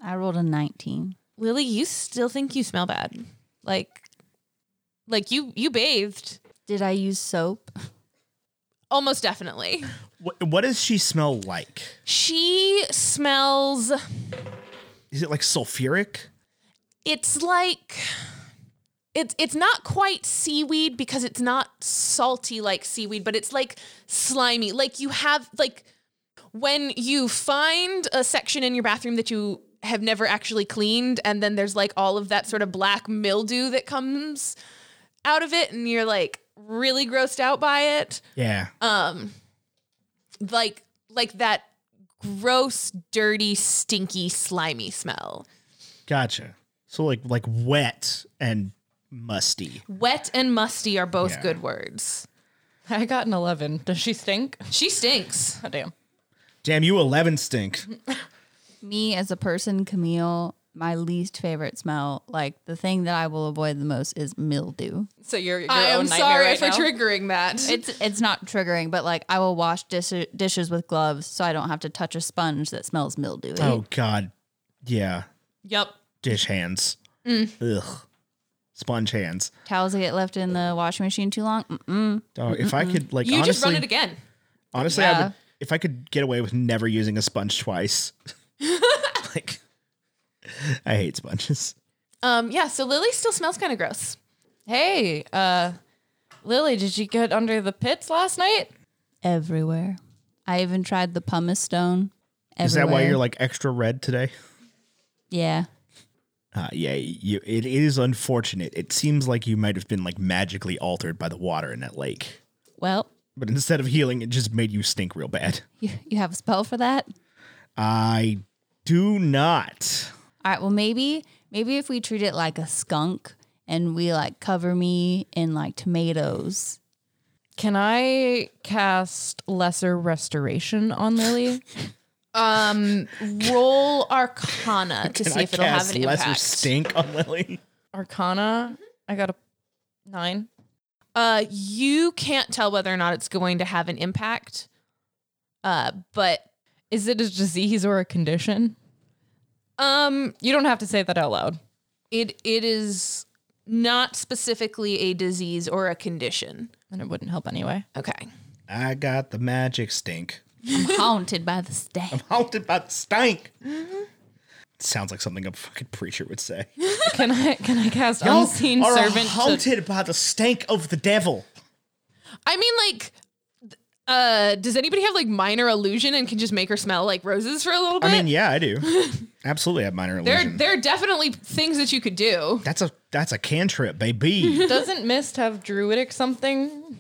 B: I rolled a 19.
A: Lily, you still think you smell bad? Like, like you you bathed
B: Did I use soap?
A: almost definitely.
C: What, what does she smell like?
A: She smells.
C: Is it like sulfuric?
A: it's like it's it's not quite seaweed because it's not salty like seaweed, but it's like slimy. Like you have like when you find a section in your bathroom that you have never actually cleaned and then there's like all of that sort of black mildew that comes out of it and you're like really grossed out by it.
C: Yeah.
A: Um like like that gross, dirty, stinky, slimy smell.
C: Gotcha. So like like wet and musty.
A: Wet and musty are both
C: Yeah.
A: good words.
D: I got an 11. Does she stink?
A: She stinks.
D: Oh, damn.
C: Damn, you eleven
A: (laughs)
C: stink.
B: me as a person, Camille, my least favorite smell, like the thing that I will avoid the most is mildew.
D: So you're your
A: I am
D: own nightmare
A: sorry
D: right
A: for
D: now?
A: triggering that.
B: It's it's not triggering, but like I will wash dis- dishes with gloves so I don't have to touch a sponge that smells mildewy.
C: Oh god. Yeah.
A: yep.
C: Dish hands.
A: Mm.
C: Ugh. Sponge hands.
B: Towels that get left in the washing machine too long. Mm-mm.
C: Dog, if I could like
A: You
C: honestly,
A: just run it again.
C: honestly I
B: Yeah.
C: would if I could get away with never using a sponge
A: (laughs)
C: twice. like I hate sponges.
A: Um, yeah, so Lily still smells kind of gross.
D: Hey, uh, Lily, did you get under the pits last night?
B: Everywhere. I even tried the pumice stone. Everywhere.
C: Is that why you're like extra red today?
B: Yeah.
C: Uh, yeah, you, it is unfortunate. It seems like you might have been like magically altered by the water in that lake,
B: Well, (laughs)
C: but instead of healing, it just made you stink real bad.
B: you, you have a spell for that?
C: I do not.
B: All right. Well, maybe maybe if we treat it like a skunk and we like cover me in like tomatoes.
D: Can I cast Lesser Restoration on Lily?
A: (laughs) Um, roll Arcana to
C: Can
A: see
C: I
A: if it'll have
C: cast
A: an
C: lesser
A: impact.
C: stink on Lily.
D: Arcana? I got a nine.
A: Uh, you can't tell whether or not it's going to have an impact. Uh, but
D: Is it a disease or a condition?
A: um,
D: You don't have to say that out loud.
A: it it is not specifically a disease or a condition.
D: And it wouldn't help anyway.
A: Okay.
C: I got the magic stink. (laughs)
B: I'm haunted by the stank.
C: Haunted by the stink. Mm-hmm. Sounds like something a fucking preacher would
A: (laughs)
C: say.
D: Can I can I cast unseen
C: are
D: servant? To,
C: haunted by the stink of the devil.
A: I mean, like, th- uh, does anybody have like minor illusion and can just make her smell like roses for a little bit?
C: I mean, yeah, I
A: (laughs)
C: do. Absolutely, I have minor
A: there,
C: illusion.
A: there are definitely things that you could do.
C: that's a that's a cantrip, baby.
A: (laughs)
D: doesn't Mist have druidic something?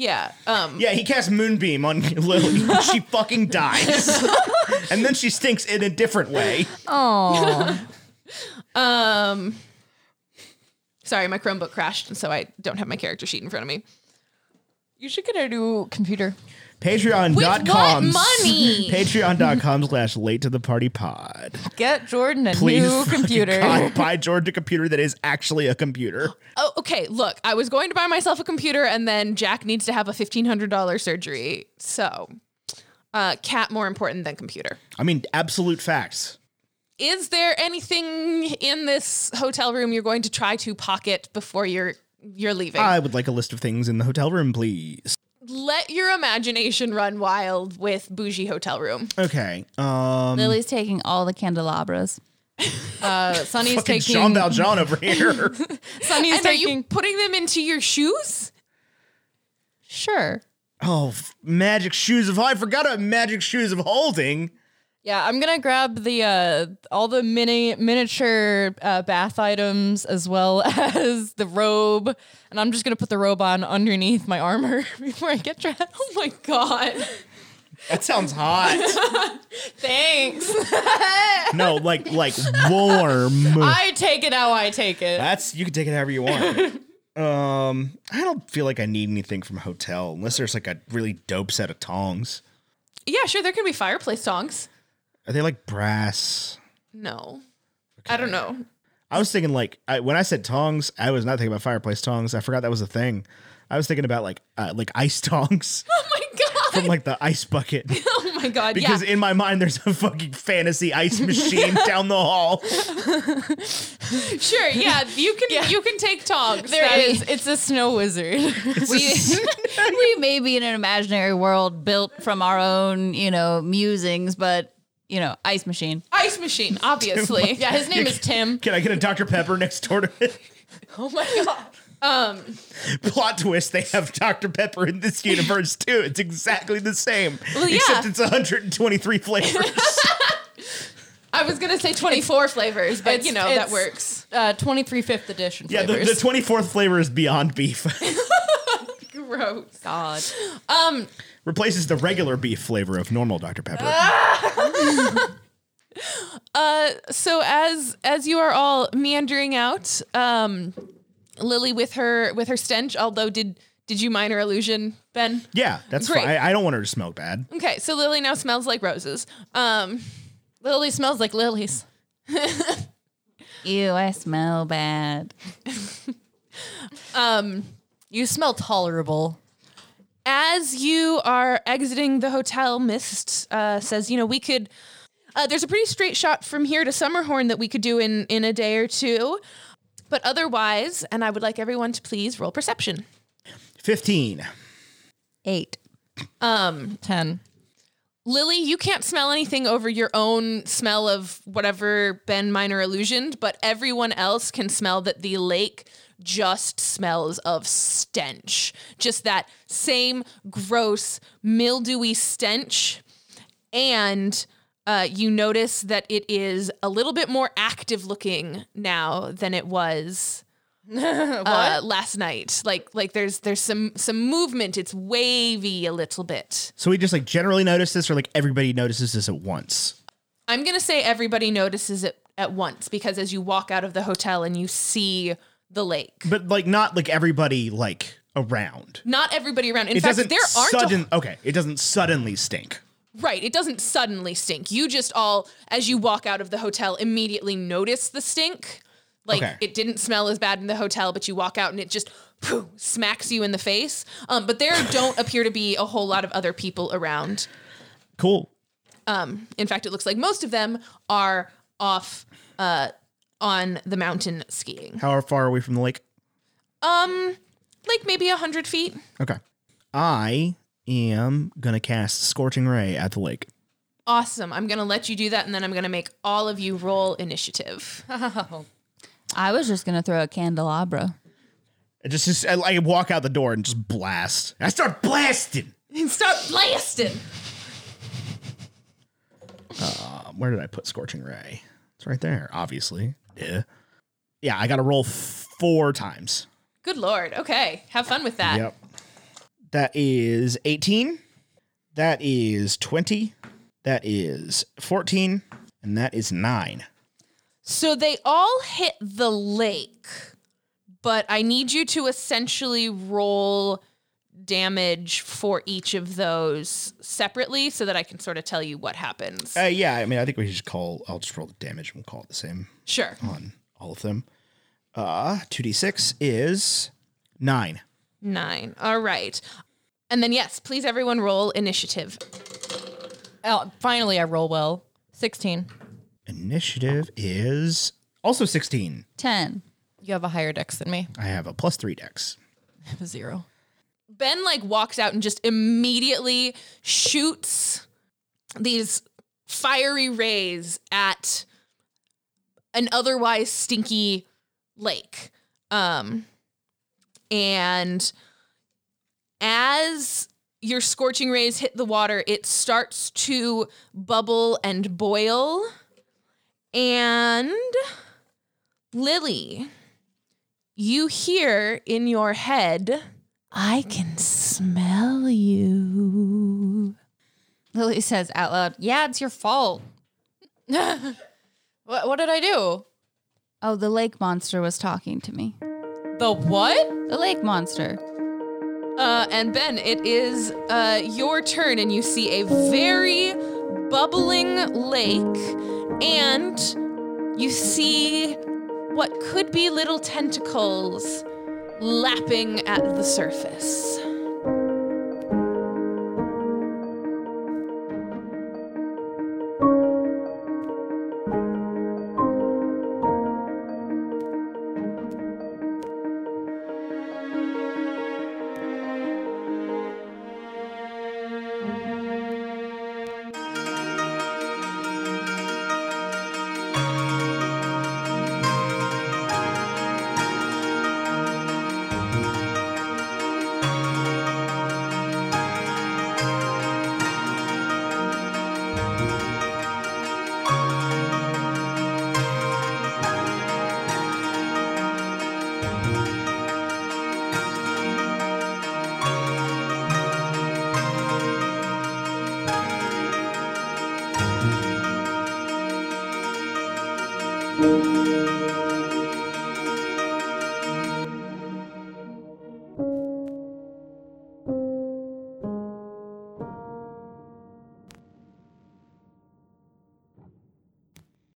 A: Yeah. Um.
C: Yeah, he casts Moonbeam on (laughs) Lily. she fucking
A: (laughs)
C: dies. and then she stinks in a different way.
A: Um. Sorry, my Chromebook crashed, and so I don't have my character sheet in front of me.
D: You should get a new computer.
C: Patreon.com.
A: With what money?
C: Patreon.com slash late to the party pod.
D: Get Jordan a
C: Please. (laughs)
D: new
C: fucking
D: computer.
C: God, buy George a computer that is actually a computer.
A: Oh, okay. Look, I was going to buy myself a computer, and then Jack needs to have a fifteen hundred dollar surgery. So, uh, cat more important than computer.
C: I mean, absolute facts.
A: Is there anything in this hotel room you're going to try to pocket before you're you're leaving?
C: I would like a list of things in the hotel room, please.
A: Let your imagination run wild with bougie hotel room.
C: Okay. Um
B: Lily's taking all the candelabras.
D: Uh, Sunny's
C: fucking
D: taking.
C: Jean Valjean
D: (laughs)
C: over here.
D: Sunny's
A: and are you
D: taking.
A: putting them into your shoes?
B: Sure.
C: oh, f- magic shoes of oh, I forgot about magic shoes of holding.
D: Yeah, I'm gonna grab the uh, all the mini miniature uh, bath items as well (laughs) as the robe, and I'm just gonna put the robe on underneath my armor (laughs) before I get dressed.
A: Oh my god.
C: That sounds hot.
D: (laughs) Thanks.
C: No, like like warm.
D: I take it how I take it.
C: That's you can take it however you
D: (laughs)
C: want. um, I don't feel like I need anything from a hotel unless there's like a really dope set of tongs.
A: Yeah, sure, there could be fireplace songs.
C: Are they like brass?
A: No. I don't know.
C: I was thinking like I, when I said tongs, I was not thinking about fireplace tongs. I forgot that was a thing. I was thinking about like uh, like ice (laughs) tongs
A: Oh my
D: (laughs)
A: god.
C: from like the ice
A: (laughs)
C: bucket.
A: Oh my god.
C: Because
A: yeah.
C: in my mind, there's a fucking fantasy
A: (laughs)
C: ice machine down the hall.
A: Sure. Yeah, you can you can take tongs.
D: There
A: That
D: it is. It's a snow wizard.
B: (laughs) We, we may be in an imaginary world built from our own, you know, musings, but you know, ice machine.
A: ice machine, obviously. yeah, his name is Tim.
C: Can I get a Dr. Pepper next door to it?
A: (laughs)
C: (laughs)
A: Oh my god. Um
C: plot twist they have Dr. Pepper in this universe too. It's exactly the same.
A: yeah.
C: Except it's 123
A: (laughs)
C: flavors.
A: I was going to say 24 flavors, but
D: it's-
A: you know that
D: it's-
A: works.
D: Uh, 23 fifth edition
C: yeah, the,
D: flavors.
C: the 24th flavor is beyond beef.
A: (laughs) gross.
B: God.
A: Um,
C: (laughs) Replaces the regular beef flavor of normal Dr. Pepper.
A: Ah, Uh, so as as you are all meandering out, um, Lily with her with her stench. Although did did you minor illusion, Ben?
C: yeah, that's
A: Great.
C: fine. I, I don't want her to smell bad.
A: Okay, so Lily now smells like roses. Um,
D: Lily smells like lilies.
B: Ew, I smell bad.
A: um,
D: You smell tolerable.
A: as you are exiting the hotel, Mist uh, says, you know, we could. Uh, there's a pretty straight shot from here to Summerhorn that we could do in in a day or two, but otherwise, and I would like everyone to please roll perception.
C: 15.
B: Eight.
A: Um,
D: Ten.
A: Lily, you can't smell anything over your own smell of whatever Ben Minor illusioned, but everyone else can smell that the lake just smells of stench. Just that same gross, mildewy stench. And uh, you notice that it is a little bit more active looking now than it was uh, last night. Like like there's there's some some movement. It's wavy a little bit.
C: So we just like generally notice this or like everybody notices this at once.
A: I'm gonna say everybody notices it at once because as you walk out of the hotel and you see the lake,
C: But like not like everybody like around.
A: not everybody around. In
C: It
A: fact,
C: doesn't
A: there aren't a-
C: sudden okay, it doesn't suddenly stink.
A: right. It doesn't suddenly stink. You just all, as you walk out of the hotel, immediately notice the stink. Like
C: Okay.
A: it didn't smell as bad in the hotel, but you walk out and it just phew, smacks you in the face. Um, but there don't (laughs) appear to be a whole lot of other people around.
C: Cool.
A: In fact, it looks like most of them are off uh, on the mountain skiing.
C: How far are we from the lake?
A: Um, like maybe a hundred feet.
C: Okay. I am gonna cast Scorching Ray at the lake.
A: Awesome. I'm going to let you do that and then I'm going to make all of you roll initiative. (laughs)
B: I was just gonna throw a candelabra.
C: I just, just I, I walk out the door and just blast. I start blasting.
A: Start blasting.
C: Um, where did I put Scorching Ray? It's right there, obviously. Yeah. Yeah, I gotta roll four times.
A: Good lord. Okay. Have fun with that.
C: Yep. That is 18. That is 20. That is 14. And that is 9.
A: So they all hit the lake, but I need you to essentially roll damage for each of those separately so that I can sort of tell you what happens.
C: Uh, yeah, I mean, I think we should just call, I'll just roll the damage and we'll call it the same
A: sure.
C: on all of them. Uh, 2d6 is 9.
A: Nine. All right. And then, yes, please everyone roll initiative.
D: Oh, finally, I roll well. Sixteen.
C: Initiative is also 16.
B: Ten.
D: You have a higher dex than me.
C: I have a plus 3 dex.
D: I have a zero.
A: Ben like walks out and just immediately shoots these fiery rays at an otherwise stinky lake. Um and as your scorching rays hit the water, it starts to bubble and boil. And Lily, you hear in your head I can smell you.
B: Lily says out loud, Yeah, it's your fault.
D: What, what did I do?
B: Oh, the lake monster was talking to me.
D: The what?
B: The lake monster.
A: Uh, and Ben, it is uh, your turn, and you see a very bubbling lake, and you see what could be little tentacles lapping at the surface.